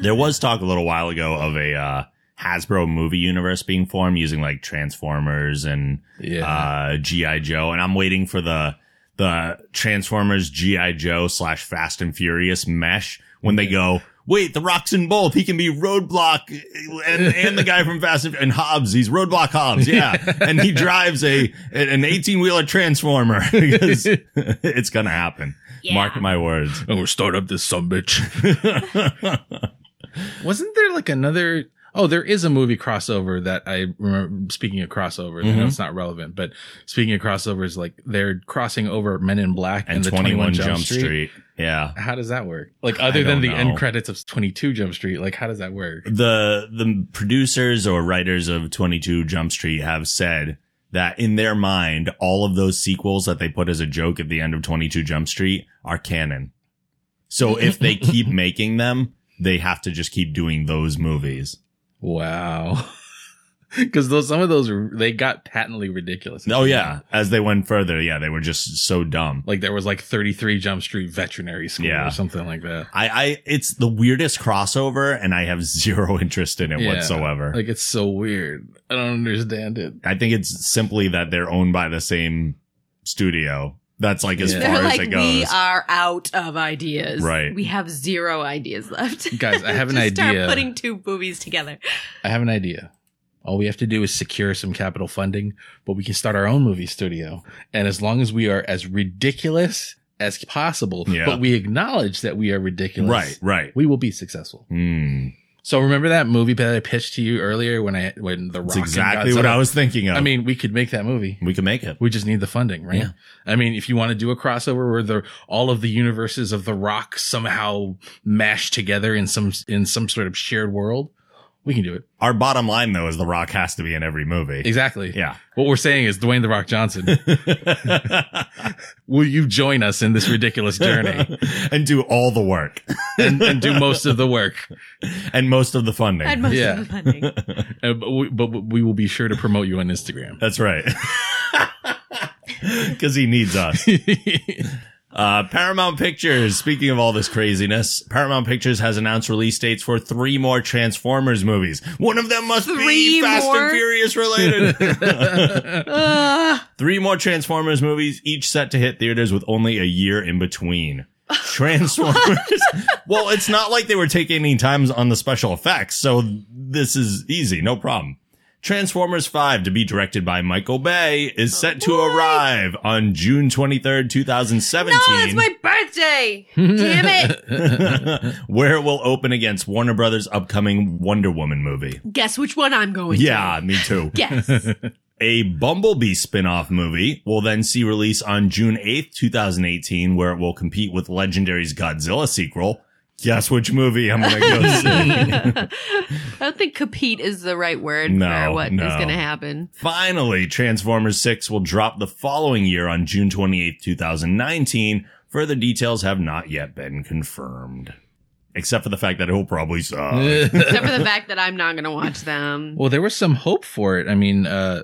[SPEAKER 1] There was talk a little while ago of a uh, Hasbro movie universe being formed using like Transformers and
[SPEAKER 3] Yeah.
[SPEAKER 1] uh, GI Joe, and I'm waiting for the the Transformers GI Joe slash Fast and Furious mesh when they go. Wait, the Rock's in both. He can be Roadblock and, and the guy from Fast and, and Hobbs. He's Roadblock Hobbs, yeah. And he drives a an eighteen wheeler Transformer. Because it's gonna happen.
[SPEAKER 2] Yeah.
[SPEAKER 1] Mark my words.
[SPEAKER 3] and we'll start up this some bitch. Wasn't there like another? Oh, there is a movie crossover that I remember. Speaking of crossover, I know
[SPEAKER 1] Mhm.
[SPEAKER 3] it's not relevant, but speaking of crossovers, like they're crossing over Men in Black and,
[SPEAKER 1] and
[SPEAKER 3] the
[SPEAKER 1] Twenty One Jump Street. Yeah.
[SPEAKER 3] How does that work? Like
[SPEAKER 1] I
[SPEAKER 3] other than the
[SPEAKER 1] don't know.
[SPEAKER 3] end credits of Twenty Two Jump Street, like how does that work?
[SPEAKER 1] the the producers or writers of 22 Jump Street have said that in their mind all of those sequels that they put as a joke at the end of 22 Jump Street are canon. So if they keep making them, they have to just keep doing those movies.
[SPEAKER 3] Wow. Because those some of those were- they got patently ridiculous.
[SPEAKER 1] Oh yeah, as they went further, yeah, they were just so dumb.
[SPEAKER 3] like there was like 33 Jump Street Veterinary School
[SPEAKER 1] Yeah.
[SPEAKER 3] or something like that.
[SPEAKER 1] I, I, it's the weirdest crossover, and I have zero interest in it
[SPEAKER 3] Yeah.
[SPEAKER 1] whatsoever.
[SPEAKER 3] Like it's so weird. I don't understand it.
[SPEAKER 1] I think it's simply that they're owned by the same studio. That's like as
[SPEAKER 3] Yeah.
[SPEAKER 1] far
[SPEAKER 2] they're
[SPEAKER 1] as
[SPEAKER 2] like
[SPEAKER 1] it goes.
[SPEAKER 2] we are out of ideas.
[SPEAKER 1] Right.
[SPEAKER 2] We have zero ideas left.
[SPEAKER 3] Guys, I have an
[SPEAKER 2] Just
[SPEAKER 3] idea.
[SPEAKER 2] Start putting two movies together.
[SPEAKER 3] I have an idea. All we have to do is secure some capital funding, but we can start our own movie studio. And as long as we are as ridiculous as possible,
[SPEAKER 1] Yeah.
[SPEAKER 3] but we acknowledge that we are ridiculous,
[SPEAKER 1] Right, right.
[SPEAKER 3] We will be successful.
[SPEAKER 1] Hmm.
[SPEAKER 3] So remember that movie that I pitched to you earlier when I when the
[SPEAKER 1] That's
[SPEAKER 3] Rock
[SPEAKER 1] exactly what I was thinking of.
[SPEAKER 3] I mean, we could make that movie.
[SPEAKER 1] we can make it.
[SPEAKER 3] We just need the funding, right?
[SPEAKER 1] Yeah.
[SPEAKER 3] I mean, if you want to do a crossover where the all of the universes of the Rock somehow mash together in some in some sort of shared world, we can do it.
[SPEAKER 1] Our bottom line, though, is The Rock has to be in every movie.
[SPEAKER 3] Exactly.
[SPEAKER 1] Yeah.
[SPEAKER 3] What we're saying is Dwayne the Rock Johnson, will you join us in this ridiculous journey
[SPEAKER 1] and do all the work
[SPEAKER 3] and, and do most of the work?
[SPEAKER 1] and most of the funding.
[SPEAKER 2] Had most
[SPEAKER 3] Yeah.
[SPEAKER 2] of the funding.
[SPEAKER 3] Uh, but, we, but we will be sure to promote you on Instagram.
[SPEAKER 1] That's right. Because he needs us. Uh, Paramount Pictures, speaking of all this craziness, Paramount Pictures has announced release dates for three more Transformers movies. One of them must be
[SPEAKER 2] Three
[SPEAKER 1] Fast and
[SPEAKER 2] more?
[SPEAKER 1] Furious related.
[SPEAKER 2] Ugh.
[SPEAKER 1] Three more Transformers movies, each set to hit theaters with only a year in between. Transformers. well, it's not like they were taking any times on the special effects, so this is easy, no problem. Transformers 5 to be directed by Michael Bay is set to
[SPEAKER 2] What?
[SPEAKER 1] arrive on June 23rd, 2017.
[SPEAKER 2] No, it's my birthday. Damn it.
[SPEAKER 1] where it will open against Warner Brothers' upcoming Wonder Woman movie.
[SPEAKER 2] Guess which one I'm going
[SPEAKER 1] Yeah, me too.
[SPEAKER 2] to. Guess.
[SPEAKER 1] A Bumblebee spin-off movie will then see release on June 8th, 2018, where it will compete with Legendary's Godzilla sequel. Guess which movie I'm going to go see.
[SPEAKER 2] I don't think compete is the right word
[SPEAKER 1] No,
[SPEAKER 2] for what is
[SPEAKER 1] no.
[SPEAKER 2] going to happen.
[SPEAKER 1] Finally, Transformers 6 will drop the following year on June 28th, 2019. Further details have not yet been confirmed. Except for the fact that it will probably suck.
[SPEAKER 2] Except for the fact that I'm not going to watch them.
[SPEAKER 3] Well, there was some hope for it. I mean, uh,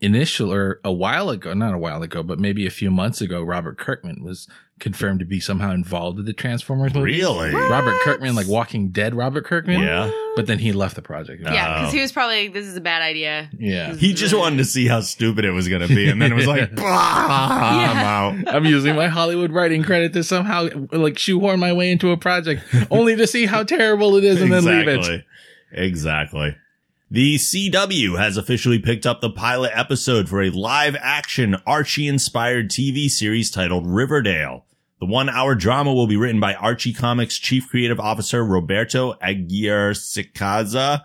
[SPEAKER 3] initial or a while ago, not a while ago, but maybe a few months ago, Robert Kirkman was confirmed to be somehow involved with the Transformers movie.
[SPEAKER 1] really?
[SPEAKER 3] Robert Kirkman, like Walking Dead Robert Kirkman.
[SPEAKER 1] Yeah.
[SPEAKER 3] But then he left the project.
[SPEAKER 2] yeah, because
[SPEAKER 1] Oh.
[SPEAKER 2] he was probably like, this is a bad idea.
[SPEAKER 3] Yeah.
[SPEAKER 1] He just wanted to see how stupid it was going to be. And then it was like, bah, I'm out.
[SPEAKER 3] I'm using my Hollywood writing credit to somehow like shoehorn my way into a project only to see how terrible it is and then leave it.
[SPEAKER 1] Exactly. The CW has officially picked up the pilot episode for a live action Archie inspired TV series titled Riverdale. The one hour drama will be written by Archie Comics chief creative officer Roberto Aguirre Sicaza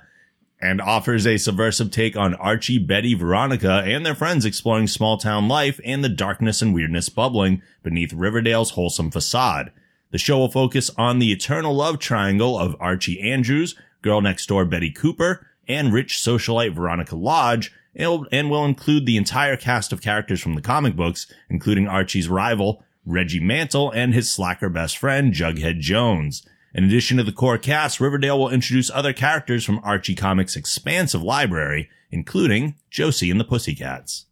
[SPEAKER 1] and offers a subversive take on Archie, Betty, Veronica, and their friends exploring small town life and the darkness and weirdness bubbling beneath Riverdale's wholesome facade. The show will focus on the eternal love triangle of Archie Andrews, girl next door Betty Cooper, and rich socialite Veronica Lodge and will- and will include the entire cast of characters from the comic books, including Archie's rival, Reggie Mantle, and his slacker best friend, Jughead Jones. In addition to the core cast, Riverdale will introduce other characters from Archie Comics' expansive library, including Josie and the Pussycats.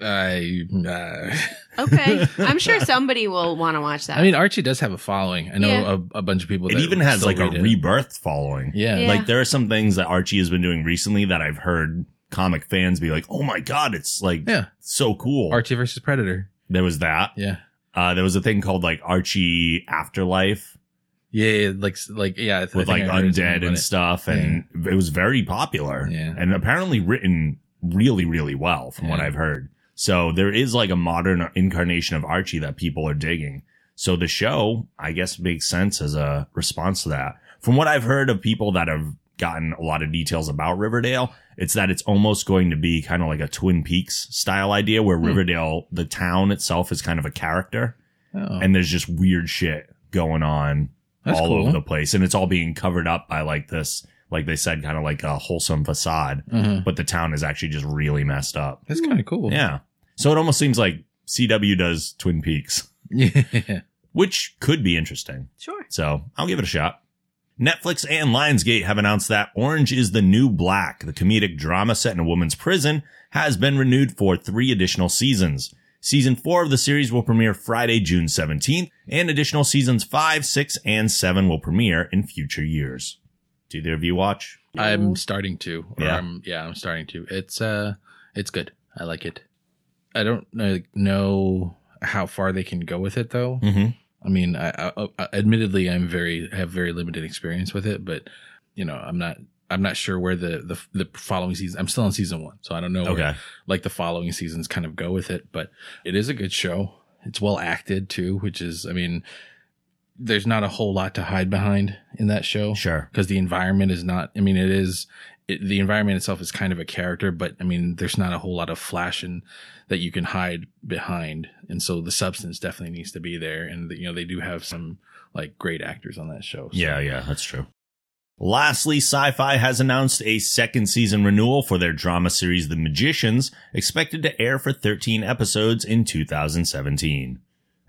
[SPEAKER 3] I uh,
[SPEAKER 2] Okay. I'm sure somebody will want to watch that.
[SPEAKER 3] I mean Archie does have a following. I know
[SPEAKER 2] Yeah.
[SPEAKER 3] a, a bunch of people.
[SPEAKER 1] It
[SPEAKER 3] that
[SPEAKER 1] even has
[SPEAKER 3] still
[SPEAKER 1] like a
[SPEAKER 3] read it.
[SPEAKER 1] rebirth following.
[SPEAKER 3] Yeah.
[SPEAKER 2] Yeah.
[SPEAKER 1] Like there are some things that Archie has been doing recently that I've heard comic fans be like, "Oh my god, it's like
[SPEAKER 3] Yeah.
[SPEAKER 1] so cool."
[SPEAKER 3] Archie versus Predator.
[SPEAKER 1] there was that.
[SPEAKER 3] Yeah.
[SPEAKER 1] Uh, there was a thing called like Archie Afterlife
[SPEAKER 3] Yeah, yeah, like like yeah, I th-
[SPEAKER 1] with
[SPEAKER 3] I
[SPEAKER 1] like
[SPEAKER 3] think I heard something
[SPEAKER 1] undead
[SPEAKER 3] about
[SPEAKER 1] and
[SPEAKER 3] it.
[SPEAKER 1] stuff, and it was very popular
[SPEAKER 3] Yeah.
[SPEAKER 1] and apparently written really, really well from what
[SPEAKER 3] Yeah.
[SPEAKER 1] I've heard. So there is like a modern incarnation of Archie that people are digging. So the show, I guess, makes sense as a response to that. From what I've heard of people that have gotten a lot of details about Riverdale, it's that it's almost going to be kind of like a Twin Peaks style idea where Riverdale, the town itself, is kind of a character
[SPEAKER 3] Oh,
[SPEAKER 1] and there's just weird shit going on
[SPEAKER 3] that's
[SPEAKER 1] all
[SPEAKER 3] cool.
[SPEAKER 1] over the place and it's all being covered up by like this like they said kind of like a wholesome facade
[SPEAKER 3] Uh-huh.
[SPEAKER 1] but the town is actually just really messed up
[SPEAKER 3] That's kind of cool.
[SPEAKER 1] yeah so it almost seems like cw does twin peaks
[SPEAKER 3] yeah.
[SPEAKER 1] which could be interesting
[SPEAKER 2] sure.
[SPEAKER 1] so I'll give it a shot. Netflix and Lionsgate have announced that Orange is the New Black, the comedic drama set in a woman's prison, has been renewed for three additional seasons. Season four of the series will premiere Friday, June 17th, and additional seasons five, six, and seven will premiere in future years. Do either of you watch?
[SPEAKER 3] I'm starting to. Or
[SPEAKER 1] Yeah.
[SPEAKER 3] I'm, yeah, I'm starting to. It's uh, it's good. I like it. I don't know, know how far they can go with it though.
[SPEAKER 1] Mm-hmm.
[SPEAKER 3] I mean, I, I, I admittedly I'm very have very limited experience with it, but you know, I'm not I'm not sure where the the, the following season. I'm still on season one, so I don't know. where,
[SPEAKER 1] Okay.
[SPEAKER 3] like the following seasons kind of go with it, but it is a good show. It's well acted too, which is I mean, there's not a whole lot to hide behind in that show
[SPEAKER 1] Sure.
[SPEAKER 3] because the environment is not i mean it is it, the environment itself is kind of a character but i mean there's not a whole lot of flash and that you can hide behind and so the substance definitely needs to be there and you know they do have some like great actors on that show so.
[SPEAKER 1] Yeah, yeah, that's true. Lastly, Sci Fi has announced a second season renewal for their drama series The Magicians, expected to air for 13 episodes in 2017.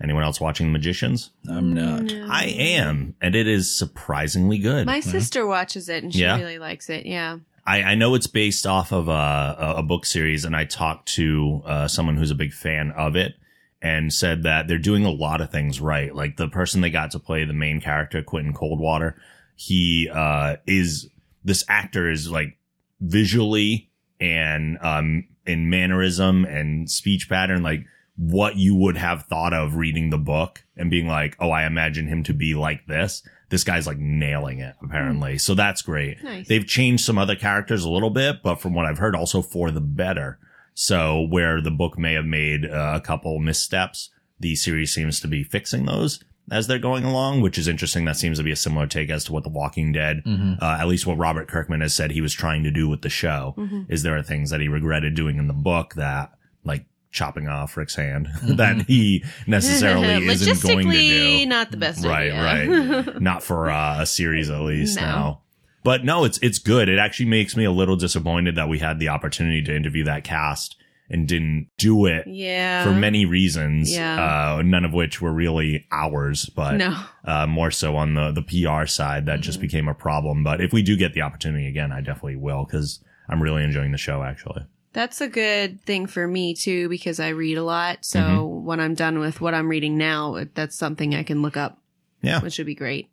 [SPEAKER 1] Anyone else watching The Magicians?
[SPEAKER 3] i'm not
[SPEAKER 1] I am, and it is surprisingly good.
[SPEAKER 2] My sister watches it and she
[SPEAKER 1] Mhm. Yeah.
[SPEAKER 2] really likes it. Yeah.
[SPEAKER 1] I, I know it's based off of a, a- a book series, and I talked to uh, someone who's a big fan of it and said that they're doing a lot of things right. Like the person they got to play the main character, Quentin Coldwater, he uh, is this actor is like visually and um, in mannerism and speech pattern, like what you would have thought of reading the book and being like, oh, I imagine him to be like this. This guy's like nailing it, apparently. So that's great.
[SPEAKER 2] Nice.
[SPEAKER 1] They've changed some other characters a little bit, but from what I've heard, also for the better. So where the book may have made uh, a couple missteps, the series seems to be fixing those as they're going along, which is interesting. That seems to be a similar take as to what The Walking Dead, uh, at least what Robert Kirkman has said he was trying to do with the show, is there are things that he regretted doing in the book that, like chopping off Rick's hand, that he necessarily isn't going to do
[SPEAKER 2] Logistically, not the best
[SPEAKER 1] right
[SPEAKER 2] idea.
[SPEAKER 1] right not for uh, a series at least
[SPEAKER 2] No.
[SPEAKER 1] now but no it's it's good it actually makes me a little disappointed that we had the opportunity to interview that cast and didn't do it
[SPEAKER 2] yeah.
[SPEAKER 1] for many reasons
[SPEAKER 2] Yeah.
[SPEAKER 1] uh, none of which were really ours but
[SPEAKER 2] No. Mm-hmm.
[SPEAKER 1] uh, more so on the the pr side that just became a problem but if we do get the opportunity again i definitely will because i'm really enjoying the show actually
[SPEAKER 2] That's a good thing for me too because I read a lot. So
[SPEAKER 1] Mhm.
[SPEAKER 2] when I'm done with what I'm reading now, that's something I can look up,
[SPEAKER 1] yeah
[SPEAKER 2] which would be great.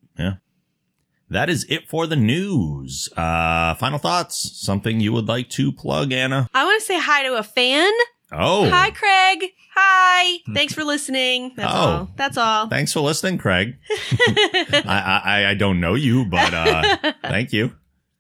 [SPEAKER 1] that is it for the news uh final thoughts something you would like to plug anna
[SPEAKER 2] I want to say hi to a fan.
[SPEAKER 1] oh Hmm.
[SPEAKER 2] Hi, Craig. Hi. Thanks for listening. That's
[SPEAKER 1] Oh.
[SPEAKER 2] all. That's all.
[SPEAKER 1] Thanks for listening, Craig. I, I I don't know you, but uh, thank you.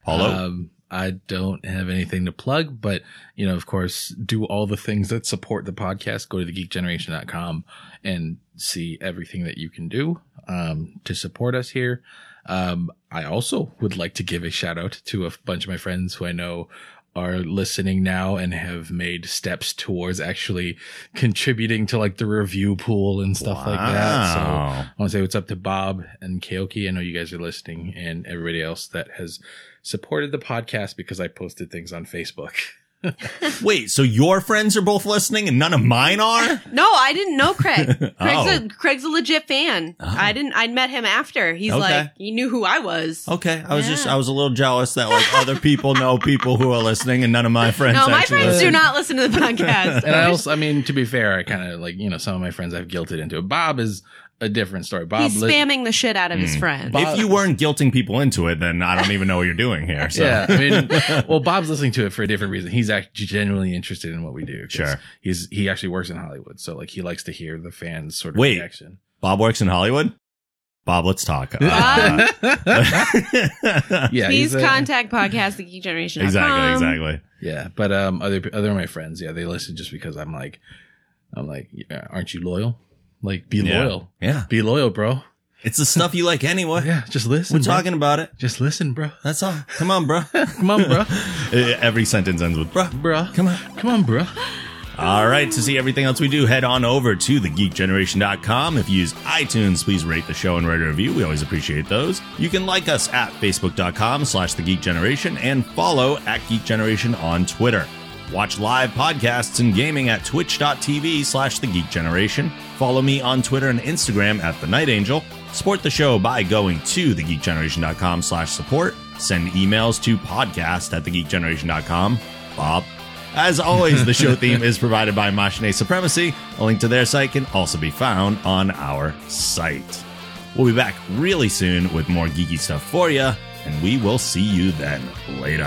[SPEAKER 1] Paulo.
[SPEAKER 3] Um, I don't have anything to plug, but you know, of course, do all the things that support the podcast. Go to thegeekgeneration.com and see everything that you can do um, to support us here. Um, I also would like to give a shout out to a bunch of my friends who I know are listening now and have made steps towards actually contributing to like the review pool and stuff like that. So
[SPEAKER 1] Wow.
[SPEAKER 3] I want to say what's up to Bob and Kaoki. I know you guys are listening and everybody else that has supported the podcast because I posted things on Facebook.
[SPEAKER 1] Wait, so your friends are both listening and none of mine are?
[SPEAKER 2] No, I didn't know Craig. Craig's,
[SPEAKER 1] Oh.
[SPEAKER 2] a, Craig's a legit fan. I didn't. I met him after. He's
[SPEAKER 1] Okay. Oh,
[SPEAKER 2] like, he knew who I was.
[SPEAKER 1] Okay, I was just
[SPEAKER 2] Yeah.
[SPEAKER 1] I was a little jealous that like other people know people who are listening and none of my friends.
[SPEAKER 2] no, my
[SPEAKER 1] actually uh,
[SPEAKER 2] friends do
[SPEAKER 1] listen.
[SPEAKER 2] not listen to the podcast.
[SPEAKER 3] And I also, I mean, to be fair, I kind of like, you know, some of my friends I've guilted into it. Bob is a different story. Bob,
[SPEAKER 2] He's
[SPEAKER 3] li-
[SPEAKER 2] spamming the shit out of
[SPEAKER 1] Hmm.
[SPEAKER 2] his friends.
[SPEAKER 3] Bob-
[SPEAKER 1] If you weren't guilting people into it, then I don't even know what you're doing here. So.
[SPEAKER 3] Yeah, I mean, well, Bob's listening to it for a different reason. He's actually genuinely interested in what we do. 'cause
[SPEAKER 1] Sure.
[SPEAKER 3] he's he actually works in Hollywood, so like he likes to hear the fans sort of
[SPEAKER 1] Wait.
[SPEAKER 3] reaction.
[SPEAKER 1] Bob works in Hollywood. Bob, let's talk. Uh,
[SPEAKER 2] Bob?
[SPEAKER 3] yeah,
[SPEAKER 2] Please
[SPEAKER 3] he's a-
[SPEAKER 2] contact podcast at geekgeneration.com.
[SPEAKER 1] exactly, exactly.
[SPEAKER 3] Yeah, but um, other other of my friends, yeah, they listen just because I'm like, I'm like, yeah, aren't you loyal? Like, be
[SPEAKER 1] Yeah.
[SPEAKER 3] loyal,
[SPEAKER 1] Yeah,
[SPEAKER 3] be loyal, bro.
[SPEAKER 1] it's the stuff you like anyway.
[SPEAKER 3] Yeah, just listen.
[SPEAKER 1] We're
[SPEAKER 3] bro.
[SPEAKER 1] talking about it.
[SPEAKER 3] Just listen, bro.
[SPEAKER 1] That's all. Come on, bro.
[SPEAKER 3] Come on, bro.
[SPEAKER 1] Uh, Every sentence ends with bro.
[SPEAKER 3] bro.
[SPEAKER 1] Come on.
[SPEAKER 3] Come on, bro.
[SPEAKER 1] All right, to see everything else we do, head on over to thegeekgeneration.com. If you use iTunes, please rate the show and write a review. We always appreciate those. You can like us at facebook.com slash thegeekgeneration and follow at Geek Generation on Twitter. Watch live podcasts and gaming at twitch.tv slash thegeekgeneration. Follow me on Twitter and Instagram at The Night Angel. Support the show by going to thegeekgeneration.com slash support. Send emails to podcast at thegeekgeneration.com. Bob. As always, the show theme is provided by Machine Supremacy. A link to their site can also be found on our site. We'll be back really soon with more geeky stuff for you, and we will see you then later.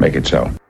[SPEAKER 5] Make it so.